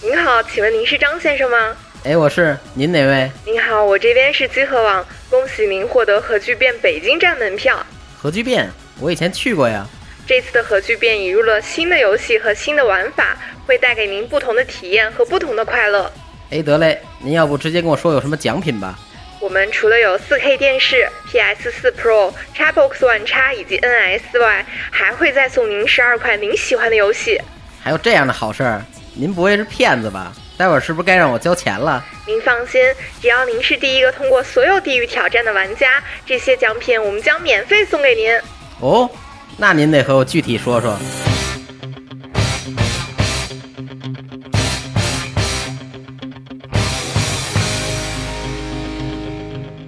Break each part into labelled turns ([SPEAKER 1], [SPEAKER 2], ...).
[SPEAKER 1] 您好，请问您是张先生吗？
[SPEAKER 2] 哎，我是您哪位？
[SPEAKER 1] 您好，我这边是集合网，恭喜您获得核聚变北京站门票。
[SPEAKER 2] 核聚变，我以前去过呀。
[SPEAKER 1] 这次的核聚变引入了新的游戏和新的玩法，会带给您不同的体验和不同的快乐。
[SPEAKER 2] 哎，得嘞，您要不直接跟我说有什么奖品吧？
[SPEAKER 1] 我们除了有 4K 电视、PS4 Pro、Xbox One X 以及 NS 外，还会再送您十二款您喜欢的游戏。
[SPEAKER 2] 还有这样的好事儿？您不会是骗子吧？待会儿是不是该让我交钱了？
[SPEAKER 1] 您放心，只要您是第一个通过所有地域挑战的玩家，这些奖品我们将免费送给您。
[SPEAKER 2] 哦，那您得和我具体说说。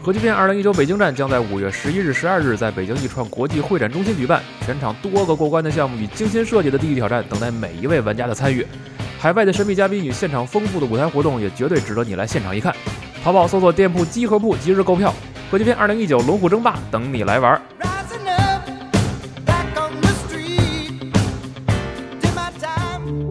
[SPEAKER 3] 核聚变二零一九北京站将在五月十一日、十二日在北京易创国际会展中心举办，全场多个过关的项目与精心设计的地域挑战等待每一位玩家的参与。海外的神秘嘉宾与现场丰富的舞台活动也绝对值得你来现场一看。淘宝搜索店铺“集合铺”即日购票，核聚变二零一九龙虎争霸等你来玩儿。
[SPEAKER 4] Rising up, back on the street. Did my time.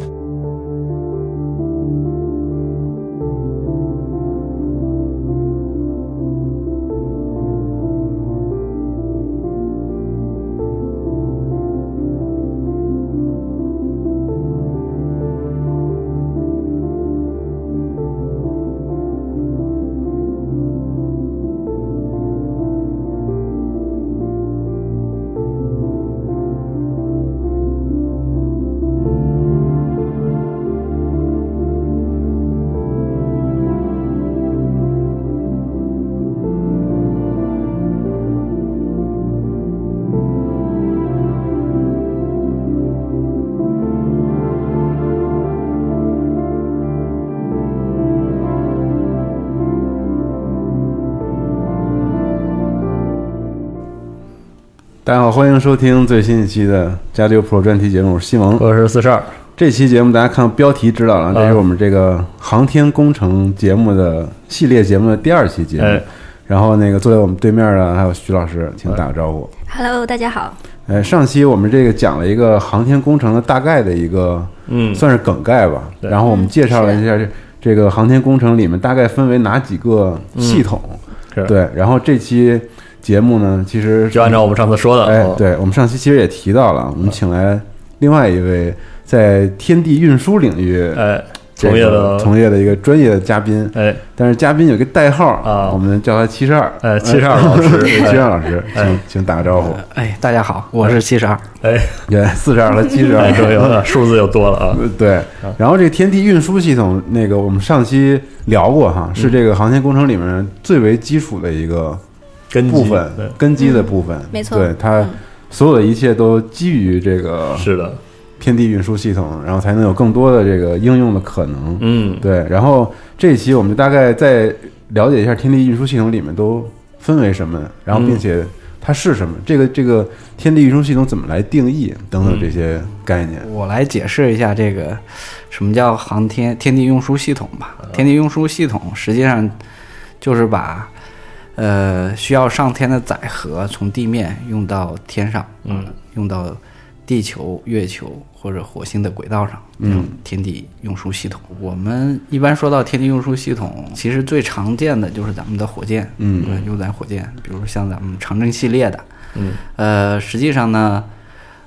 [SPEAKER 5] 大家好，欢迎收听最新一期的《加六 Pro》专题节目，我是西蒙。
[SPEAKER 6] 我是四十二，
[SPEAKER 5] 这期节目大家看标题知道了，这是
[SPEAKER 6] 啊
[SPEAKER 5] 我们这个航天工程节目的系列节目的第二期节目。
[SPEAKER 6] 哎
[SPEAKER 5] 然后那个坐在我们对面的还有徐老师，请打个招呼。
[SPEAKER 7] Hello，大家好。
[SPEAKER 6] 哎
[SPEAKER 5] 呃，上期我们这个讲了一个航天工程的大概的一个，
[SPEAKER 6] 嗯
[SPEAKER 5] 算是梗概吧。
[SPEAKER 6] 对
[SPEAKER 5] 然后我们介绍了一下这这个航天工程里面大概分为哪几个系统。
[SPEAKER 6] 嗯是
[SPEAKER 5] 对，然后这期节目呢，其实
[SPEAKER 6] 就按照我们上次说的，
[SPEAKER 5] 哎
[SPEAKER 6] 嗯，，
[SPEAKER 5] 对，我们上期其实也提到了，我们请来另外一位在天地运输领域
[SPEAKER 6] 哎，
[SPEAKER 5] 这
[SPEAKER 6] 从业
[SPEAKER 5] 个
[SPEAKER 6] 的，
[SPEAKER 5] 从业的一个专业的嘉宾，
[SPEAKER 6] 哎，
[SPEAKER 5] 但是嘉宾有一个代号
[SPEAKER 6] 啊
[SPEAKER 5] 我们叫他七十二，
[SPEAKER 6] 哎72老 师
[SPEAKER 5] 七
[SPEAKER 6] 哎
[SPEAKER 5] 十二老师，
[SPEAKER 6] 哎
[SPEAKER 5] 请请打个招呼，
[SPEAKER 2] 哎，大家好，我是七十二。
[SPEAKER 6] 哎，
[SPEAKER 5] 对，四十二和七十
[SPEAKER 6] 哎，终于
[SPEAKER 5] 二。
[SPEAKER 6] 呃数字又多了啊，
[SPEAKER 5] 对，然后这个天地运输系统，那个我们上期聊过
[SPEAKER 6] 嗯
[SPEAKER 5] 哈，是这个航天工程里面最为基础的一个
[SPEAKER 6] 根基
[SPEAKER 5] 部分
[SPEAKER 6] 对，
[SPEAKER 5] 根基的部分，
[SPEAKER 7] 嗯没错
[SPEAKER 5] 对它所有的一切都基于这个
[SPEAKER 6] 是的，
[SPEAKER 5] 天地运输系统，然后才能有更多的这个应用的可能。
[SPEAKER 6] 嗯，
[SPEAKER 5] 对，然后这一期我们大概再了解一下天地运输系统里面都分为什么，然后并且
[SPEAKER 8] 嗯
[SPEAKER 5] 它是什么，这个这个天地运输系统怎么来定义等等这些概念。
[SPEAKER 8] 我来解释一下这个什么叫航天天地运输系统吧。
[SPEAKER 6] 啊
[SPEAKER 8] 天地运输系统实际上就是把呃需要上天的载荷从地面用到天上，嗯，用到地球、月球或者火星的轨道上，嗯，天地运输系统。我们一般说到天地运输系统，其实最常见的就是咱们的火箭，嗯，优载火箭，比如像咱们长征系列的，嗯，呃，实际上呢。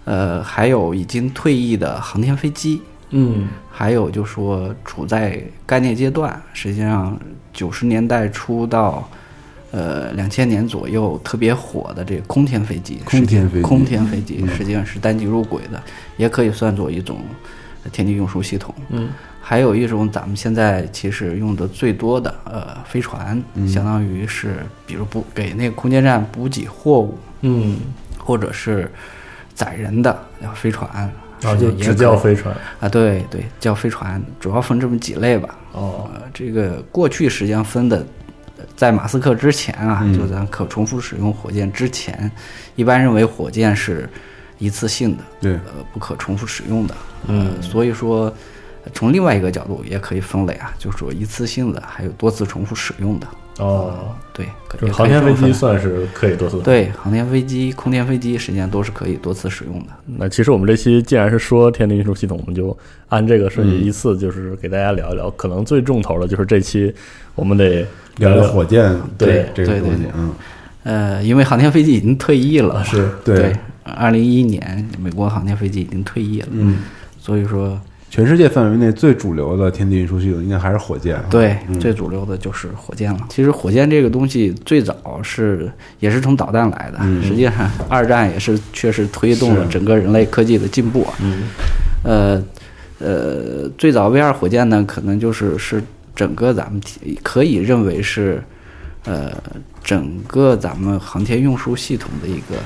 [SPEAKER 8] 呃，还有已经退役的航天飞机，
[SPEAKER 6] 嗯，
[SPEAKER 8] 还有就说处在概念阶段，实际上九十年代初到呃两千年左右特别火的这个空天飞机，
[SPEAKER 5] 空
[SPEAKER 8] 实际
[SPEAKER 5] 天飞机
[SPEAKER 8] 空天飞
[SPEAKER 6] 嗯
[SPEAKER 8] 机实际上是单极入轨的，也可以算作一种呃天地运输系统。嗯，还有一种咱们现在其实用的最多的呃飞船，
[SPEAKER 6] 嗯
[SPEAKER 8] 相当于是比如补给那个空间站补给货物，
[SPEAKER 6] 嗯，
[SPEAKER 8] 或者是载人的叫飞船，
[SPEAKER 6] 然后
[SPEAKER 8] 实
[SPEAKER 6] 啊就
[SPEAKER 8] 际也
[SPEAKER 6] 只
[SPEAKER 8] 可
[SPEAKER 6] 叫
[SPEAKER 8] 以
[SPEAKER 6] 飞船，
[SPEAKER 8] 啊，对对，叫飞船，主要分这么几类吧。
[SPEAKER 6] 哦，
[SPEAKER 8] 呃，这个过去实际上分的，呃在马斯克之前啊，
[SPEAKER 6] 嗯
[SPEAKER 8] 就咱可重复使用火箭之前，一般认为火箭是一次性的，
[SPEAKER 5] 对
[SPEAKER 8] 呃呃，不可重复使用的，嗯、所以说，从另外一个角度也可以分类啊，就是说一次性的，还有多次重复使用的。
[SPEAKER 6] 哦，
[SPEAKER 8] 对，可
[SPEAKER 6] 就是
[SPEAKER 8] 也
[SPEAKER 6] 航
[SPEAKER 8] 可以
[SPEAKER 6] 天
[SPEAKER 8] 这么
[SPEAKER 6] 飞
[SPEAKER 8] 分
[SPEAKER 6] 机算是可以多次。，
[SPEAKER 8] 对航天飞机、空天飞机实际上都是可以多次使用的。
[SPEAKER 6] 嗯那其实我们这期既然是说天地运输系统，我们就按这个顺
[SPEAKER 8] 嗯
[SPEAKER 6] 序依次，就是给大家聊一聊。可能最重头的就是这期我们得
[SPEAKER 5] 聊聊火箭
[SPEAKER 6] 对
[SPEAKER 5] 这个
[SPEAKER 8] 对对
[SPEAKER 5] 东西
[SPEAKER 8] 对，
[SPEAKER 5] 嗯，
[SPEAKER 8] 呃，因为航天飞机已经退役了，
[SPEAKER 6] 是
[SPEAKER 5] 对，
[SPEAKER 8] 二零一一年美国航天飞机已经退役了，嗯，所以说
[SPEAKER 5] 全世界范围内最主流的天地运输系统应该还是火箭，，啊
[SPEAKER 8] 对、最主流的就是火箭了。其实火箭这个东西最早是也是从导弹来的，实际上二战也嗯是确实推动了整个人类科技的进步啊，嗯，呃呃，最早 V 二火箭呢，可能就是是整个咱们提可以认为是呃整个咱们航天运输系统的一个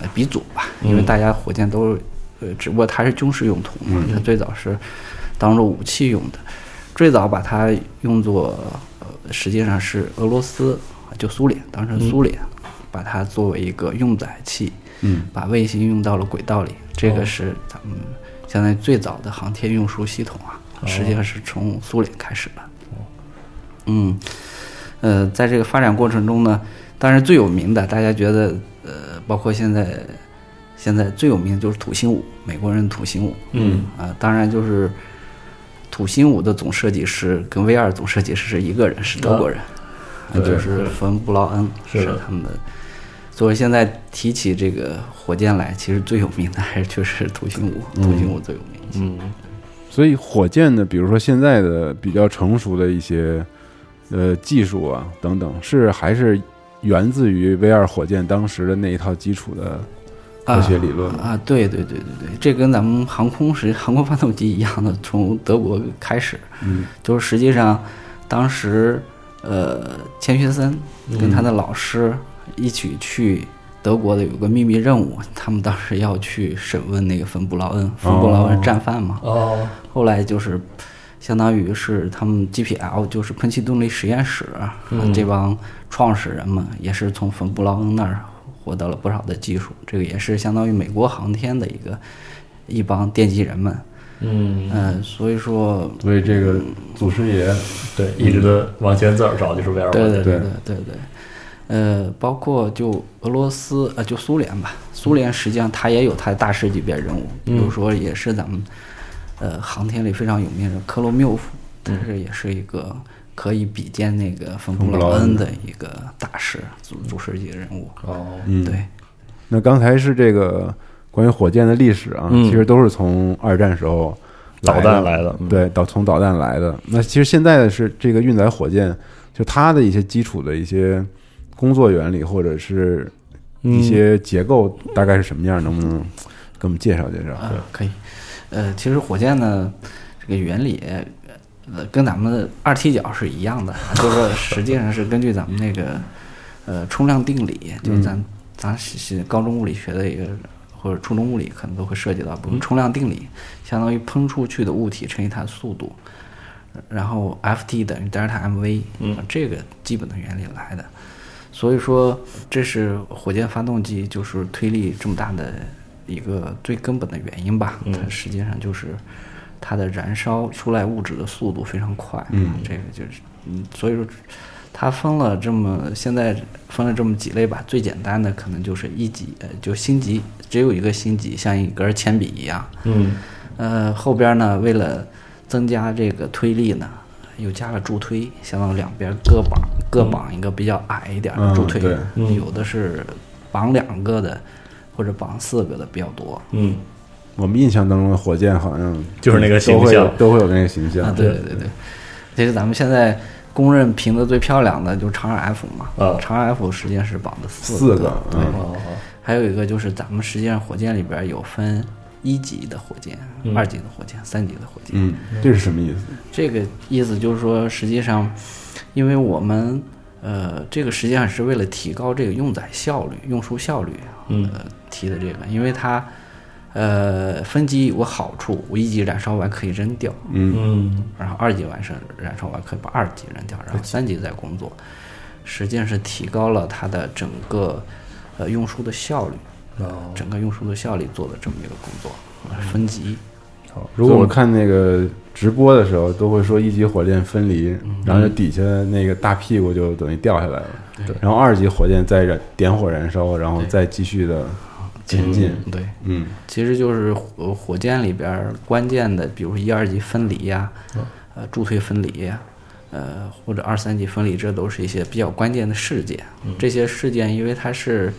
[SPEAKER 8] 呃鼻祖吧，因为大家火箭都是呃，只不过它是军事用途嘛，它最早是当做武器用的，最早把它用作呃，实际上是俄罗斯就苏联，当时苏联、把它作为一个运载器，嗯，把卫星用到了轨道里，这个是咱们相当于最早的航天运输系统啊，实际上是从苏联开始的。嗯，呃，在这个发展过程中呢，当然最有名的，大家觉得呃，包括现在现在最有名的就是土星五，美国人土星五，嗯啊、当然就是土星五的总设计师跟 V 二总设计师是一个人，是德国人，啊就是冯布劳恩
[SPEAKER 6] 是的
[SPEAKER 8] 他们的。所以现在提起这个火箭来，其实最有名的还是确实是土星五，土星五最有名。嗯，
[SPEAKER 5] 所以火箭的，比如说现在的比较成熟的一些呃技术啊等等，是还是源自于 V 二火箭当时的那一套基础的科学理论吗
[SPEAKER 8] 啊，对对对对对，这跟咱们航空实航空发动机一样的，从德国开始，嗯，就是实际上当时呃，钱学森跟他的老师一起去德国的有个秘密任务，他们当时要去审问那个冯布劳恩，冯布劳恩是战犯嘛，
[SPEAKER 6] 哦，
[SPEAKER 8] 后来就是相当于是他们 GPL，就是喷气动力实验室、这帮创始人们也是从冯布劳恩那儿获得了不少的技术，这个也是相当于美国航天的一个一帮奠基人们。
[SPEAKER 6] 嗯，
[SPEAKER 8] 嗯、所以说，
[SPEAKER 5] 所以这个祖师爷，
[SPEAKER 6] 对，一直的往前走找就是威尔
[SPEAKER 8] 对
[SPEAKER 6] 火箭。
[SPEAKER 8] 对对对对对，呃，包括就俄罗斯呃，就苏联吧，苏联实际上它也有它的大师级别人物，比如说也是咱们呃航天里非常有名的科罗缪夫，他是也是一个可以比肩那个嗯冯布劳恩的一个大师祖祖师级人物。
[SPEAKER 6] 哦，
[SPEAKER 5] 嗯，
[SPEAKER 8] 对，
[SPEAKER 5] 那刚才是这个关于火箭的历史啊，
[SPEAKER 6] 嗯
[SPEAKER 5] 其实都是从二战时候
[SPEAKER 6] 导
[SPEAKER 5] 的
[SPEAKER 6] 弹来的，嗯，
[SPEAKER 5] 对，导从导弹来的。那其实现在的是这个运载火箭，就它的一些基础的一些工作原理或者是一
[SPEAKER 6] 嗯
[SPEAKER 5] 些结构大概是什么样，能不能给我们介绍介绍？
[SPEAKER 8] 啊，可以。呃，其实火箭呢，这个原理，呃，跟咱们的二踢脚是一样的啊，就是说实际上是根据咱们那个呃冲量定理，就是咱、咱是是高中物理学的一个或者初中物理可能都会涉及到，比如冲量定理，相当于喷出去的物体乘以它的速度，然后 F t 等于德尔塔 m v，嗯，这个基本的原理来的。所以说，这是火箭发动机就是推力这么大的一个最根本的原因吧。它实际上就是它的燃烧出来物质的速度非常快，嗯，这个就是，嗯，所以说它分了这么现在分了这么几类吧。最简单的可能就是一级，呃，就星级，只有一个星级，像一根铅笔一样，
[SPEAKER 6] 嗯，
[SPEAKER 8] 呃，后边呢，为了增加这个推力呢，又加了助推，相当于两边各绑各绑一个比较矮一点的助
[SPEAKER 5] 嗯
[SPEAKER 8] 推，
[SPEAKER 5] 对
[SPEAKER 8] 有的是绑两个的，或者绑四个的比较多。
[SPEAKER 6] 嗯，
[SPEAKER 5] 我们印象当中的火箭好像
[SPEAKER 6] 就是那个形
[SPEAKER 5] 都会有
[SPEAKER 6] 象
[SPEAKER 5] 都会有那个形
[SPEAKER 8] 啊
[SPEAKER 5] 象，，
[SPEAKER 8] 对对对对，其实咱们现在公认评的最漂亮的就是长耳 F 嘛，
[SPEAKER 6] 啊
[SPEAKER 8] 长耳 F 实际上是绑的
[SPEAKER 5] 四
[SPEAKER 8] 个
[SPEAKER 5] 个，
[SPEAKER 8] 对，
[SPEAKER 5] 嗯，
[SPEAKER 6] 哦，
[SPEAKER 8] 还有一个就是咱们实际上火箭里边有分一级的火箭、
[SPEAKER 6] 嗯
[SPEAKER 8] 二级的火箭、三级的火箭，
[SPEAKER 5] 嗯，这是什么意思？
[SPEAKER 8] 这个意思就是说，实际上，因为我们呃，这个实际上是为了提高这个用载效率、运输效率，
[SPEAKER 6] 嗯
[SPEAKER 8] 呃，提的这个，因为它呃分级有个好处，我一级燃烧完可以扔掉，
[SPEAKER 6] 嗯，
[SPEAKER 8] 然后二级完成燃烧完可以把二级扔掉，然后三级再工作，实际上是提高了它的整个呃运输的效率，
[SPEAKER 6] 哦，嗯
[SPEAKER 8] 整个运输的效率做的这么一个工作，分级。
[SPEAKER 6] 操！
[SPEAKER 5] 如
[SPEAKER 6] 如
[SPEAKER 5] 果
[SPEAKER 6] 果
[SPEAKER 5] 我看那个直播的时候，都会说一级火箭分离，
[SPEAKER 6] 嗯
[SPEAKER 5] 然后就底下那个大屁股就等于掉下来了。
[SPEAKER 6] 对
[SPEAKER 5] 然后二级火箭再燃点火燃烧，然后再继续的前进。
[SPEAKER 8] 嗯对，
[SPEAKER 5] 嗯，
[SPEAKER 8] 其实就是火呃火箭里边儿关键的，比如一二级分离呀、
[SPEAKER 5] 嗯
[SPEAKER 8] 呃助推分离呀、呃或者二三级分离，这都是一些比较关键的事件。
[SPEAKER 5] 嗯
[SPEAKER 8] 这些事件因为它是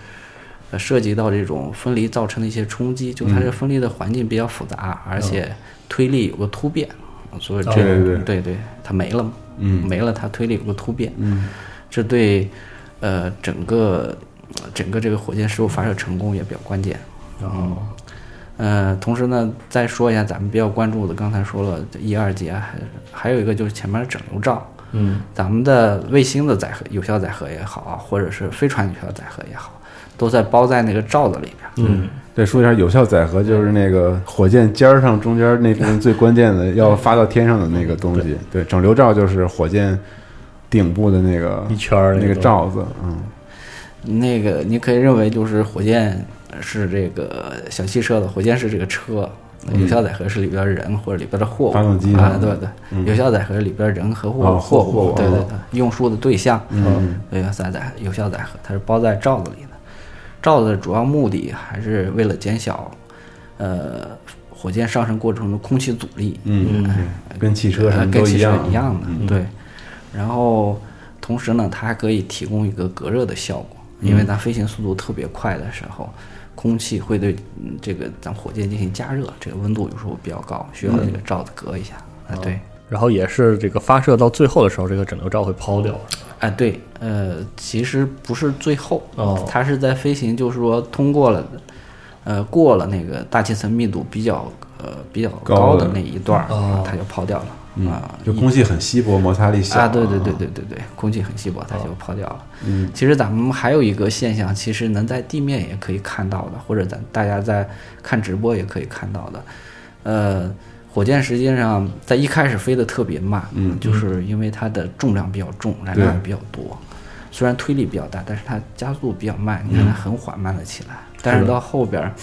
[SPEAKER 8] 呃涉及到这种分离造成的一些冲击，就它
[SPEAKER 5] 嗯
[SPEAKER 8] 这分离的环境比较复杂，而且推力有个突变，所以这
[SPEAKER 5] 啊对对对
[SPEAKER 8] 对对，它没了嘛，
[SPEAKER 5] 嗯
[SPEAKER 8] 没了它推力有个突变，嗯，这对呃整个整个这个火箭事故发射成功也比较关键。嗯
[SPEAKER 6] 哦，
[SPEAKER 8] 呃，同时呢，再说一下咱们比较关注的，刚才说了这一二级啊，还还有一个就是前面的整流罩，
[SPEAKER 6] 嗯，
[SPEAKER 8] 咱们的卫星的载荷、有效载荷也好啊，或者是飞船有效载荷也好，都在包在那个罩子里边。嗯，
[SPEAKER 5] 再说一下有效载荷，就是那个火箭尖儿上中间那部分最关键的，要发到天上的那个东西。对，整流罩就是火箭顶部的那个
[SPEAKER 6] 一圈儿那
[SPEAKER 5] 那
[SPEAKER 6] 个东西
[SPEAKER 5] 个罩子。嗯，
[SPEAKER 8] 那个你可以认为就是火箭是这个小汽车的，火箭是这个车，有效载荷是里边人或者里边的货物，
[SPEAKER 5] 嗯发动机
[SPEAKER 8] 啊
[SPEAKER 5] 呢，
[SPEAKER 8] 对对，有效载荷是里边人和货
[SPEAKER 5] 哦
[SPEAKER 8] 货
[SPEAKER 5] 货
[SPEAKER 8] 物
[SPEAKER 5] 物，
[SPEAKER 8] 对对
[SPEAKER 5] 哦
[SPEAKER 8] 对，运输的对象，
[SPEAKER 5] 嗯，
[SPEAKER 8] 有效载载有效载荷，它是包在罩子里的。罩子的主要目的还是为了减小，呃，火箭上升过程中的空气阻力，
[SPEAKER 5] 嗯，跟汽车什
[SPEAKER 8] 呃
[SPEAKER 5] 么
[SPEAKER 8] 跟
[SPEAKER 5] 都一
[SPEAKER 8] 汽车
[SPEAKER 5] 样，嗯
[SPEAKER 8] 一样的，对。然后同时呢，它还可以提供一个隔热的效果，因为
[SPEAKER 5] 嗯
[SPEAKER 8] 它飞行速度特别快的时候，空气会对嗯这个咱火箭进行加热，这个温度有时候比较高，需要这
[SPEAKER 5] 嗯
[SPEAKER 8] 个罩子隔一下。
[SPEAKER 5] 哦
[SPEAKER 8] 啊，对，
[SPEAKER 6] 然后也是这个发射到最后的时候，这个整流罩会抛掉，
[SPEAKER 8] 啊，对，呃，其实不是最后，
[SPEAKER 6] 哦
[SPEAKER 8] 它是在飞行，就是说通过了，呃，过了那个大气层密度比较呃比较高
[SPEAKER 5] 高
[SPEAKER 8] 的
[SPEAKER 5] 的嗯
[SPEAKER 8] 那一段儿，
[SPEAKER 6] 哦
[SPEAKER 8] 它就抛掉了、啊。
[SPEAKER 5] 就空气很稀薄，摩擦力小
[SPEAKER 8] 啊，对对对对对对，空气很稀薄，它就抛掉了。哦嗯，其实咱们还有一个现象，其实能在地面也可以看到的，或者咱大家在看直播也可以看到的。呃，火箭实际上在一开始飞得特别慢，嗯，就是因为它的重量比较重，燃料也比较多，虽然推力比较大，但是它加速比较慢，你看它很缓慢的起来，但嗯是到后边儿。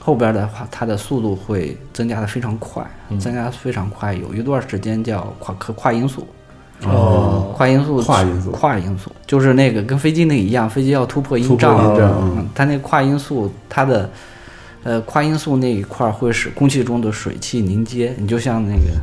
[SPEAKER 8] 后边儿的话，它的速度会增加的非常快，增加得非常快。有一段时间叫跨科跨音速，
[SPEAKER 5] 哦，
[SPEAKER 8] 跨音速，
[SPEAKER 5] 跨音速
[SPEAKER 8] 跨音速就是那个跟飞机那个一样，飞机要突破音障，
[SPEAKER 5] 突破音障
[SPEAKER 8] 嗯它那跨音速，它的呃跨音速那一块儿会使空气中的水汽凝结，你就像那个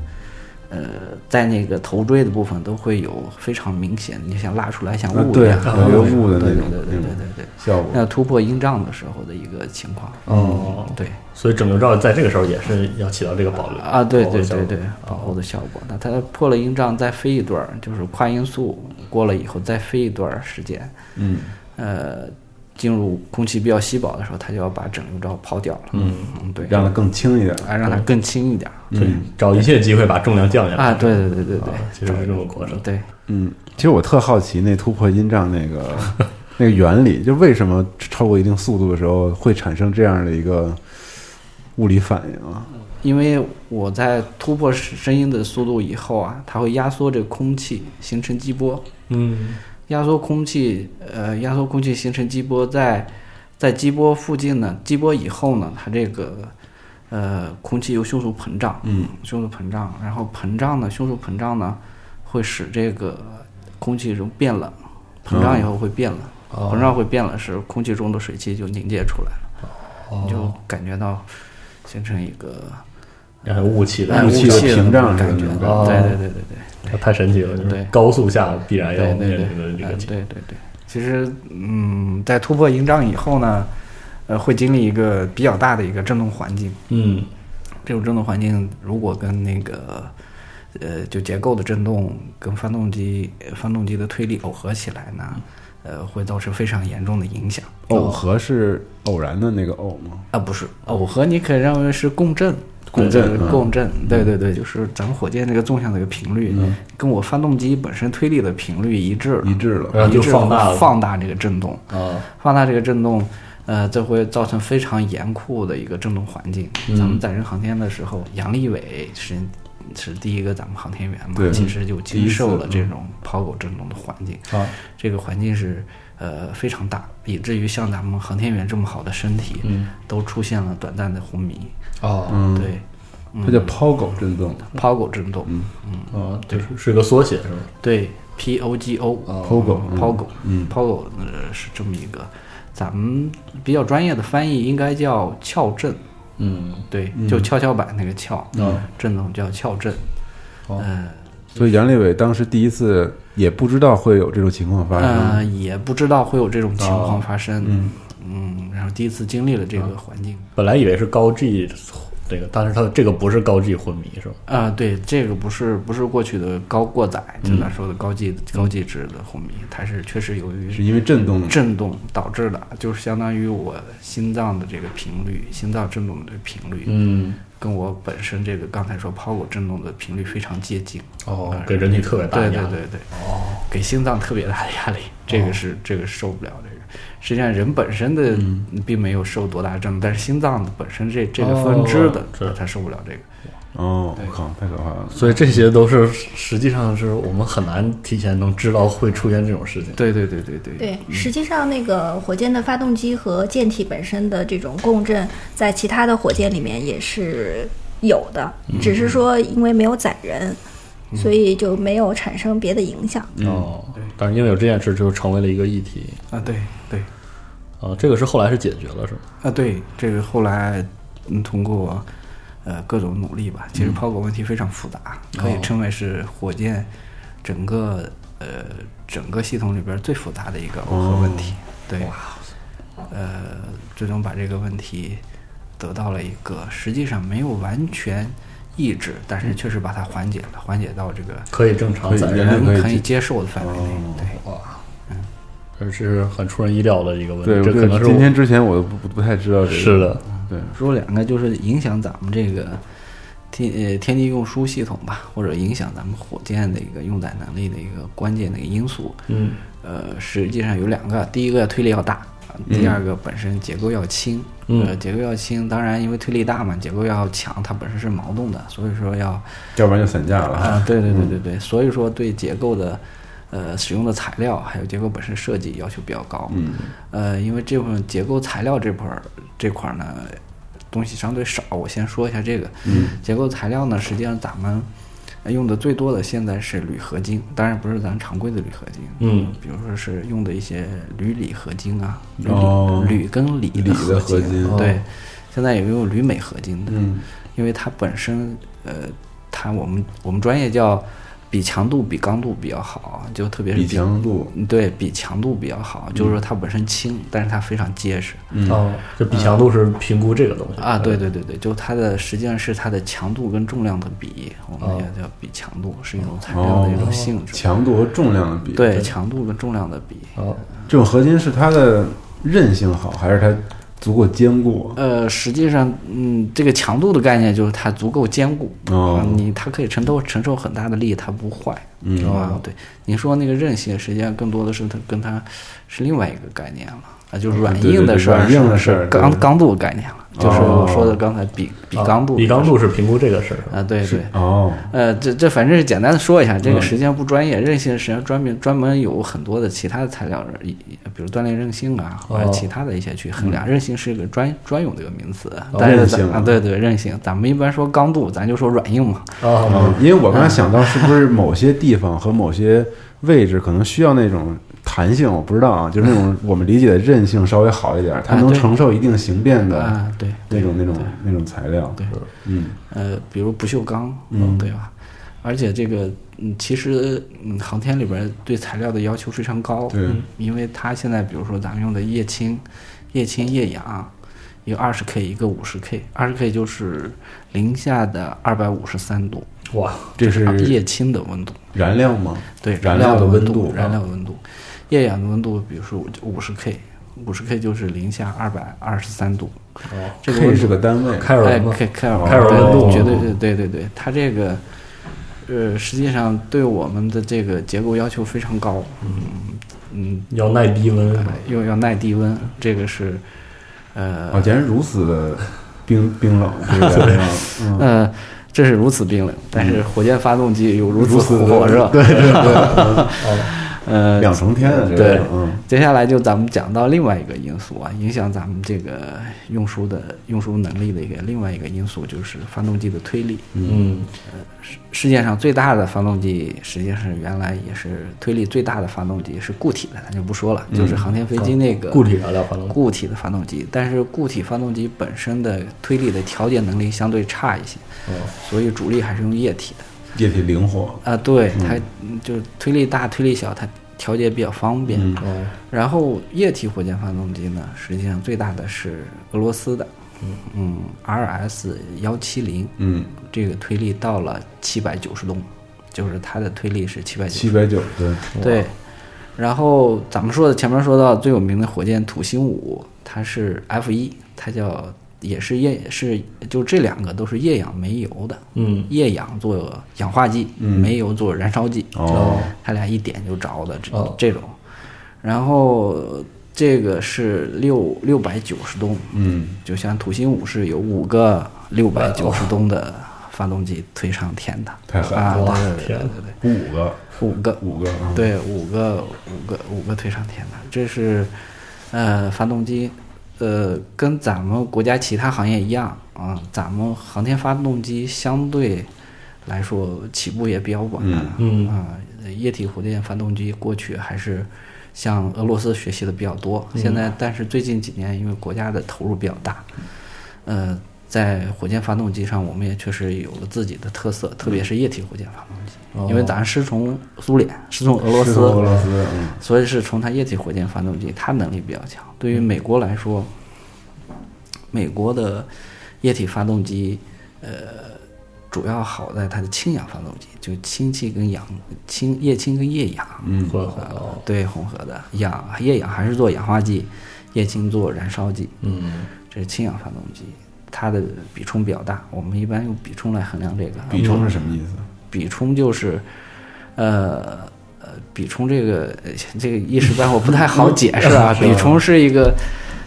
[SPEAKER 8] 呃在那个头锥的部分都会有非常明显的，你就像拉出来像
[SPEAKER 5] 啊
[SPEAKER 8] 雾一
[SPEAKER 5] 对
[SPEAKER 8] 样，
[SPEAKER 5] 有一个雾的那
[SPEAKER 8] 对
[SPEAKER 5] 种
[SPEAKER 8] 对对对对对对，
[SPEAKER 5] 效果。
[SPEAKER 8] 那突破音障的时候的一个情况，
[SPEAKER 6] 哦
[SPEAKER 8] 对。
[SPEAKER 6] 所以整流罩在这个时候也是要起到这个保留
[SPEAKER 8] 啊，对对
[SPEAKER 6] 保护的
[SPEAKER 8] 对对
[SPEAKER 6] 效果，
[SPEAKER 8] 保护的效果。那它破了音障再飞一段儿，就是跨音速过了以后再飞一段儿时间，
[SPEAKER 5] 嗯，
[SPEAKER 8] 呃，进入空气比较稀薄的时候，它就要把整流罩抛掉了。嗯，对，
[SPEAKER 5] 让它更轻一点。
[SPEAKER 8] 啊让它更轻一点儿。
[SPEAKER 6] 对，找一切机会把重量降下来
[SPEAKER 8] 啊，对对对对对，
[SPEAKER 6] 嗯啊其实是这么个过程。
[SPEAKER 8] 对，
[SPEAKER 5] 嗯，其实我特好奇那突破音障那个那个原理，就为什么超过一定速度的时候会产生这样的一个物理反应啊？
[SPEAKER 8] 因为我在突破声音的速度以后啊，它会压缩这个空气，形成激波。
[SPEAKER 6] 嗯，
[SPEAKER 8] 压缩空气，呃，压缩空气形成激波，在在激波附近呢，激波以后呢，它这个呃空气又迅速膨胀，嗯，迅速膨胀，然后膨胀呢，迅速膨胀呢，会使这个空气中变冷，膨胀以后会变冷，
[SPEAKER 5] 哦
[SPEAKER 8] 膨胀会变冷使空气中的水汽就凝结出来了，
[SPEAKER 5] 哦
[SPEAKER 8] 你就感觉到形成一个
[SPEAKER 6] 然后雾气
[SPEAKER 5] 哎
[SPEAKER 6] 的
[SPEAKER 8] 雾
[SPEAKER 5] 雾气的
[SPEAKER 8] 的
[SPEAKER 5] 屏障
[SPEAKER 8] 感
[SPEAKER 5] 是
[SPEAKER 8] 觉
[SPEAKER 5] 吧，
[SPEAKER 6] 哦
[SPEAKER 8] 对对对对对。
[SPEAKER 6] 太神奇了，就是
[SPEAKER 8] 对
[SPEAKER 6] 高速下必然
[SPEAKER 8] 对
[SPEAKER 6] 要
[SPEAKER 8] 对
[SPEAKER 6] 面
[SPEAKER 8] 对，
[SPEAKER 6] 临的这
[SPEAKER 8] 呃
[SPEAKER 6] 个
[SPEAKER 8] 对对对。其实，嗯，在突破营障以后呢，呃，会经历一个比较大的一个震动环境。
[SPEAKER 6] 嗯
[SPEAKER 8] 这种震动环境如果跟那个，呃，就结构的震动跟发动机呃发动机的推力耦合起来呢，
[SPEAKER 6] 嗯
[SPEAKER 8] 呃，会造成非常严重的影响。
[SPEAKER 5] 耦合是偶然的那个偶吗？
[SPEAKER 8] 啊，不是耦合，你可以认为是共振，
[SPEAKER 5] 共振
[SPEAKER 8] 对
[SPEAKER 5] 嗯
[SPEAKER 8] 共振，对对对，就是咱们火箭这个纵向的一个频率，跟我发动机本身推力的频率一致了，
[SPEAKER 5] 一致了
[SPEAKER 6] 然后就
[SPEAKER 8] 一致
[SPEAKER 6] 放大了
[SPEAKER 8] 放大这个震动，
[SPEAKER 6] 啊
[SPEAKER 8] 放大这个震动，呃，这会造成非常严酷的一个震动环境。咱们载人航天的时候，杨利伟是是第一个咱们航天员嘛
[SPEAKER 5] 对，
[SPEAKER 8] 其实就经受了
[SPEAKER 5] 第一
[SPEAKER 8] 这
[SPEAKER 5] 次嗯
[SPEAKER 8] 种抛狗震动的环境，
[SPEAKER 6] 啊
[SPEAKER 8] 这个环境是呃非常大，以至于像咱们航天员这么好的身体，
[SPEAKER 6] 嗯
[SPEAKER 8] 都出现了短暂的昏迷。
[SPEAKER 6] 哦
[SPEAKER 5] 嗯，
[SPEAKER 8] 对，
[SPEAKER 5] 它叫抛狗震动，
[SPEAKER 8] 抛狗震动，
[SPEAKER 5] 嗯
[SPEAKER 6] 啊，就是是个缩写是吗？
[SPEAKER 8] 对，P O G O，
[SPEAKER 5] 抛狗嗯
[SPEAKER 8] 抛狗，
[SPEAKER 5] 嗯
[SPEAKER 8] 抛狗呃是这么一个，咱们比较专业的翻译应该叫翘振，
[SPEAKER 6] 嗯，
[SPEAKER 8] 对，就跷跷板那个翘，
[SPEAKER 5] 嗯，
[SPEAKER 8] 震动叫翘振，
[SPEAKER 6] 哦
[SPEAKER 8] 嗯，
[SPEAKER 5] 所以杨利伟当时第一次也不知道会有这种情况发生，
[SPEAKER 6] 嗯
[SPEAKER 8] 呃，也不知道会有这种情况发生，
[SPEAKER 5] 嗯
[SPEAKER 8] 嗯，然后第一次经历了这个环境，
[SPEAKER 6] 嗯本来以为是高 G 这个，但是他这个不是高 G 昏迷是吧？
[SPEAKER 8] 啊，对，这个不是不是过去的高过载，
[SPEAKER 6] 嗯
[SPEAKER 8] 就咱说的高技高技值的昏迷，它是确实由于
[SPEAKER 5] 是因为震
[SPEAKER 6] 嗯
[SPEAKER 5] 动
[SPEAKER 8] 震动导致的，就是相当于我心脏的这个频率，心脏震动的频率，
[SPEAKER 6] 嗯，
[SPEAKER 8] 跟我本身这个刚才说抛狗震动的频率非常接近。
[SPEAKER 6] 哦，给人体特别大
[SPEAKER 8] 对
[SPEAKER 6] 压
[SPEAKER 8] 对
[SPEAKER 6] 力
[SPEAKER 8] 对对，哦，给心脏特别大的压力，这个是、这个受不了这个。
[SPEAKER 6] 哦
[SPEAKER 8] 实际上，人本身的
[SPEAKER 6] 嗯
[SPEAKER 8] 并没有受多大震动，但是心脏本身这这个分支的，
[SPEAKER 6] 哦是
[SPEAKER 8] 它受不了这个。
[SPEAKER 5] 哦，我靠，太可怕了！
[SPEAKER 6] 所以这些都是实际上是我们很难提前能知道会出现这种事情。
[SPEAKER 8] 对对对对对
[SPEAKER 7] 对，实际上那个火箭的发动机和舰体本身的这种共振，在其他的火箭里面也是有的，只是说因为没有载人，所以就没有产生别的影响。
[SPEAKER 6] 哦，但是因为有这件事，就成为了一个议题
[SPEAKER 8] 嗯啊，对对
[SPEAKER 6] 啊。这个是后来是解决了是吗？
[SPEAKER 8] 啊，对，这个后来嗯，通过呃各种努力吧，其
[SPEAKER 6] 嗯
[SPEAKER 8] 实抛狗问题非常复杂，
[SPEAKER 6] 哦
[SPEAKER 8] 可以称为是火箭呃整个呃整个系统里边最复杂的一个耦合问题。
[SPEAKER 6] 哦
[SPEAKER 8] 对，呃，最终把这个问题得到了一个实际上没有完全抑制，但是确实把它缓解了，缓解到这个
[SPEAKER 6] 可以正哦常载人，
[SPEAKER 5] 人类可以
[SPEAKER 8] 人可以
[SPEAKER 5] 接
[SPEAKER 8] 接受的范围内。对。
[SPEAKER 6] 这是很出人意料的一个问
[SPEAKER 5] 对，
[SPEAKER 6] 题。这可能
[SPEAKER 5] 我
[SPEAKER 6] 是
[SPEAKER 5] 今天之前我都不不不太知道这个，
[SPEAKER 6] 是的，
[SPEAKER 5] 对，
[SPEAKER 8] 说两个就是影响咱们这个天呃天地运输系统吧，或者影响咱们火箭的一个用载能力的一个关键的一个因素。
[SPEAKER 6] 嗯，
[SPEAKER 8] 呃，实际上有两个，第一个推力要大，啊第二个本身结构要轻。
[SPEAKER 6] 嗯
[SPEAKER 8] 呃，结构要轻，当然因为推力大嘛，结构要强，它本身是矛盾的，所以说要
[SPEAKER 5] 要不然就散架了。
[SPEAKER 8] 啊，对对
[SPEAKER 5] 嗯
[SPEAKER 8] 对对对，所以说对结构的呃使用的材料还有结构本身设计要求比较高。嗯，呃，因为这部分结构材料这块儿这块儿呢东西相对少，我先说一下这个。嗯，结构材料呢，实际上咱们。呃用的最多的现在是铝合金，当然不是咱常规的铝合金，
[SPEAKER 6] 嗯，
[SPEAKER 8] 比如说是用的一些铝锂合金啊，铝
[SPEAKER 5] 哦
[SPEAKER 8] 锂铝跟锂
[SPEAKER 5] 锂的
[SPEAKER 8] 合啊
[SPEAKER 5] 合金哦
[SPEAKER 8] 对，现在也用铝镁合金的，
[SPEAKER 5] 嗯，
[SPEAKER 8] 因为它本身呃，它我们我们专业叫比强度比刚度比较好，啊就特别是
[SPEAKER 5] 比强嗯度，
[SPEAKER 8] 对比强度比较好，就是说它本身轻，但是它非常结实
[SPEAKER 5] 嗯
[SPEAKER 6] 哦，这比强度是评估这个东西
[SPEAKER 8] 啊。对对对对，就它的实际上是它的强度跟重量的比，我们
[SPEAKER 6] 哦
[SPEAKER 8] 也叫比强度，是一种材料的一种性质。
[SPEAKER 5] 哦强度和重量的比，，
[SPEAKER 8] 对强度跟重量的比，
[SPEAKER 6] 哦，
[SPEAKER 5] 这种合金是它的韧性好，还是它足够坚固？
[SPEAKER 8] 呃，实际上，嗯，这个强度的概念就是它足够坚固，
[SPEAKER 5] 哦
[SPEAKER 8] 啊你它可以承受承受很大的力，它不坏，嗯啊，对，你说那个韧性，实际上更多的是它跟它是另外一个概念了，啊，就是软
[SPEAKER 5] 对对
[SPEAKER 8] 硬的
[SPEAKER 5] 对
[SPEAKER 8] 事儿，
[SPEAKER 5] 软硬的事儿
[SPEAKER 8] 是
[SPEAKER 5] 对哦
[SPEAKER 8] 刚刚度的概念了，就是我说的刚才比比刚度，
[SPEAKER 6] 哦比刚度是评估这个事儿。
[SPEAKER 8] 啊，对对，
[SPEAKER 5] 哦，
[SPEAKER 8] 呃，这这反正是简单的说一下，这
[SPEAKER 5] 嗯
[SPEAKER 8] 个实际上不专业，韧性实际上专门专门有很多的其他的材料，以比如锻炼韧性啊，或
[SPEAKER 5] 哦
[SPEAKER 8] 者其他的一些去衡量。韧性是一个专专有的一个名词，但
[SPEAKER 5] 嗯哦
[SPEAKER 8] 是
[SPEAKER 5] 韧
[SPEAKER 8] 咱
[SPEAKER 5] 性
[SPEAKER 8] 啊，对对，韧性，咱们一般说刚度，咱就说软硬嘛。
[SPEAKER 6] 哦，
[SPEAKER 5] 哦，因为我刚才想到是不是某些地方和某些位置可能需要那种弹性，我不知道啊，就是那种我们理解的韧性稍微好一点，它
[SPEAKER 8] 啊
[SPEAKER 5] 能
[SPEAKER 8] 对
[SPEAKER 5] 承受一定形变的
[SPEAKER 8] 啊，对，
[SPEAKER 5] 那种那种那种材料。
[SPEAKER 8] 对
[SPEAKER 5] 嗯，
[SPEAKER 8] 呃，比如不锈钢，嗯，对吧？而且这个，嗯，其实，嗯，航天里边儿对材料的要求非常高，
[SPEAKER 5] 对
[SPEAKER 8] 嗯，因为它现在，比如说咱们用的液氢、液氢、液氧，一个二十 K，一个五十 K，二十 K 就是零下的二百五十三度，
[SPEAKER 6] 哇，
[SPEAKER 5] 这是
[SPEAKER 8] 啊液氢的温度，
[SPEAKER 5] 燃料吗？
[SPEAKER 8] 对，
[SPEAKER 5] 燃
[SPEAKER 8] 料
[SPEAKER 5] 料的
[SPEAKER 8] 温
[SPEAKER 5] 温度啊
[SPEAKER 8] 燃料的温度，液氧的温度，比如说五十 K，五十 K 就是零下二百二十三度，哦，这个温
[SPEAKER 5] K
[SPEAKER 8] 度
[SPEAKER 5] 是个单位，
[SPEAKER 6] 开尔
[SPEAKER 8] 哎
[SPEAKER 6] 文，吗？
[SPEAKER 8] 开开尔文
[SPEAKER 6] 开尔文
[SPEAKER 8] 对
[SPEAKER 6] 温度
[SPEAKER 8] 绝对对对对，它这个呃，实际上对我们的这个结构要求非常高，嗯嗯，
[SPEAKER 6] 要耐低温是吧，
[SPEAKER 8] 又要耐低温，这个是呃
[SPEAKER 5] 哦，竟然如此的冰冰冷，这个燃料嗯
[SPEAKER 8] 呃，这嗯是如此冰冷，但是火箭发动机有如
[SPEAKER 5] 如此
[SPEAKER 8] 火热，
[SPEAKER 5] 对对对，嗯
[SPEAKER 8] 呃，
[SPEAKER 5] 两重天啊，这
[SPEAKER 8] 对
[SPEAKER 5] 个，嗯，
[SPEAKER 8] 接下来就咱们讲到另外一个因素啊，影响咱们这个运输的运输能力的一个另外一个因素就是发动机的推力。
[SPEAKER 6] 嗯
[SPEAKER 8] 世界上最大的发动机实际上是原来也是推力最大的发动机是固体的，咱就不说了，就是航天飞机那个
[SPEAKER 6] 嗯固体燃料发动机
[SPEAKER 8] 固体的发动机。但是固体发动机本身的推力的调节能力相对差一些，
[SPEAKER 6] 哦
[SPEAKER 8] 所以主力还是用液体的。
[SPEAKER 5] 液体灵活，
[SPEAKER 8] 啊，对，它嗯就是推力大、推力小，它调节比较方便。
[SPEAKER 5] 嗯
[SPEAKER 6] 哦
[SPEAKER 8] 然后液体火箭发动机呢，实际上最大的是俄罗斯的，嗯，RS 幺七零，
[SPEAKER 5] 嗯，
[SPEAKER 8] 这个推力到了七百九十吨，就是它的推力是七百
[SPEAKER 5] 七
[SPEAKER 8] 九十。
[SPEAKER 5] 百九，对，
[SPEAKER 8] 对。然后咱们说的前面说到最有名的火箭土星五，它是 F 一，它叫也是液是就这两个都是液氧煤油的，
[SPEAKER 6] 嗯，
[SPEAKER 8] 液氧做氧化剂，
[SPEAKER 5] 嗯
[SPEAKER 8] 煤油做燃烧剂，
[SPEAKER 5] 哦，
[SPEAKER 8] 它俩一点就着的这、
[SPEAKER 6] 哦
[SPEAKER 8] 这种，然后这个是六六百九十吨，
[SPEAKER 5] 嗯，
[SPEAKER 8] 就像土星五是有五个六百九十吨的发动机推上天的，
[SPEAKER 5] 太狠了
[SPEAKER 8] 啊！
[SPEAKER 6] 哇
[SPEAKER 8] 对对
[SPEAKER 6] 天
[SPEAKER 8] 对
[SPEAKER 6] 哪
[SPEAKER 8] 对对，
[SPEAKER 5] 五个，
[SPEAKER 8] 五个
[SPEAKER 5] 五个，嗯，
[SPEAKER 8] 对，五个五个五个推上天的，这是呃发动机，呃跟咱们国家其他行业一样啊、咱们航天发动机相对来说起步也比较晚啊、
[SPEAKER 6] 嗯
[SPEAKER 8] 呃液体火箭发动机过去还是向俄罗斯学习的比较多，
[SPEAKER 6] 嗯
[SPEAKER 8] 现在但是最近几年因为国家的投入比较大，呃。在火箭发动机上，我们也确实有了自己的特色，特别是液体火箭发动机，因为咱是从苏联，是从俄罗
[SPEAKER 5] 哦是
[SPEAKER 8] 斯，
[SPEAKER 5] 从俄罗斯，嗯，
[SPEAKER 8] 所以是从它液体火箭发动机，它能力比较强。对于美国来说，美国的液体发动机，呃，主要好在它的氢氧发动机，就氢气跟氧、氢液氢跟液氧，
[SPEAKER 5] 嗯
[SPEAKER 6] 混合
[SPEAKER 8] 呃
[SPEAKER 6] 哦，
[SPEAKER 8] 对混合的氧液氧还是做氧化剂，液氢做燃烧剂，
[SPEAKER 6] 嗯，
[SPEAKER 8] 这是氢氧发动机，它的比冲比较大。我们一般用比冲来衡量这个，
[SPEAKER 5] 比冲是什么意思？
[SPEAKER 8] 比冲就是，呃呃，比冲这个呃这个一时半会儿不太好解释啊。比冲是一个，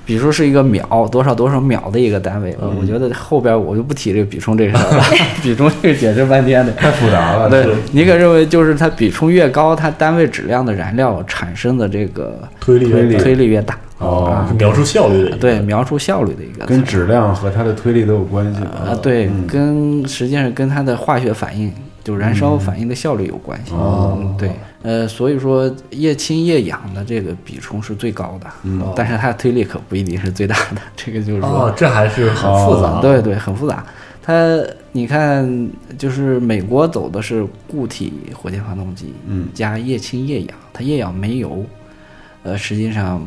[SPEAKER 8] 比如说是一个秒多少多少秒的一个单位。呃我觉得后边我就不提这个比冲这个事儿了，比冲这个解释半天的。
[SPEAKER 5] 太复杂了，
[SPEAKER 8] 对，你可认为就是它比冲越高，它单位质量的燃料产生的这个
[SPEAKER 6] 推力
[SPEAKER 5] 推力
[SPEAKER 8] 推力越大。
[SPEAKER 5] 哦，
[SPEAKER 8] 啊
[SPEAKER 6] 是描述效率的一个，
[SPEAKER 8] 对，描述效率的一个词
[SPEAKER 5] 跟质量和它的推力都有关系
[SPEAKER 8] 啊，对，
[SPEAKER 5] 嗯
[SPEAKER 8] 跟实际上跟它的化学反应，就燃烧反应的效率有关系。
[SPEAKER 5] 嗯哦
[SPEAKER 8] 嗯，对，呃，所以说液氢液氧的这个比重是最高的，
[SPEAKER 5] 嗯
[SPEAKER 8] 但是它的推力可不一定是最大的，这个就是说，
[SPEAKER 6] 哦，这还是很复杂，
[SPEAKER 8] 呃对对，很复杂。它你看，就是美国走的是固体火箭发动机，
[SPEAKER 5] 嗯
[SPEAKER 8] 加液氢液氧，它液氧煤油，呃，实际上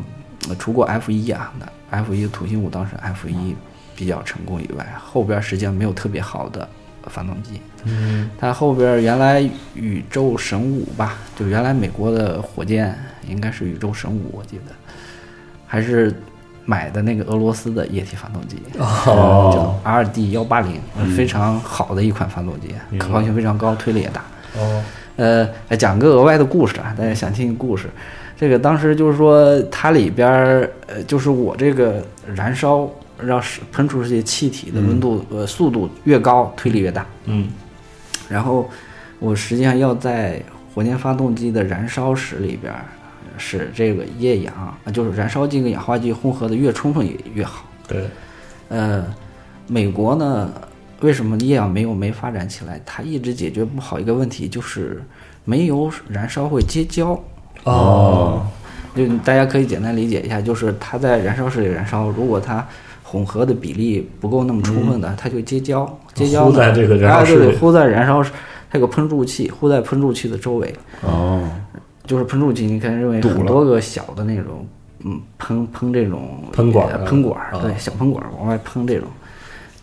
[SPEAKER 8] 呃除过 F 一啊，那 F 一土星五当时 F 一比较成功以外，后边实际上没有特别好的发动机。
[SPEAKER 6] 嗯，
[SPEAKER 8] 它后边原来宇宙神五吧，就原来美国的火箭应该是宇宙神五，我记得还是买的那个俄罗斯的液体发动机，
[SPEAKER 6] 哦嗯
[SPEAKER 8] 叫 R D 幺八零，非常好的一款发动机，
[SPEAKER 6] 明白
[SPEAKER 8] 可靠性非常高，推力也大。
[SPEAKER 6] 哦，
[SPEAKER 8] 呃，讲个额外的故事啊，大家想听故事。这个当时就是说，它里边儿呃，就是我这个燃烧让是喷出这些气体的温度、呃速度越高，推力越大。
[SPEAKER 6] 嗯
[SPEAKER 8] 然后我实际上要在火箭发动机的燃烧室里边儿，使这个液氧啊就是燃烧剂跟氧化剂混合的越充分也越好。
[SPEAKER 6] 对，
[SPEAKER 8] 呃，美国呢，为什么液氧煤油没发展起来？它一直解决不好一个问题，就是煤油燃烧会结焦。
[SPEAKER 6] 哦，
[SPEAKER 8] 就大家可以简单理解一下，就是它在燃烧室里燃烧，如果它混合的比例不够那么充分的，它就结焦。结焦
[SPEAKER 6] 糊嗯
[SPEAKER 8] 呢
[SPEAKER 6] 在这个燃烧
[SPEAKER 8] 啊
[SPEAKER 6] 室
[SPEAKER 8] 对
[SPEAKER 6] 里
[SPEAKER 8] 对，糊在燃烧室，它有个喷注器，糊在喷注器的周围。
[SPEAKER 5] 哦，
[SPEAKER 8] 就是喷注器，你可以认为很多个小的那种，嗯，喷喷这种
[SPEAKER 6] 喷管儿
[SPEAKER 8] 呃喷管儿
[SPEAKER 6] 啊，
[SPEAKER 8] 对，小喷管儿往外喷这种，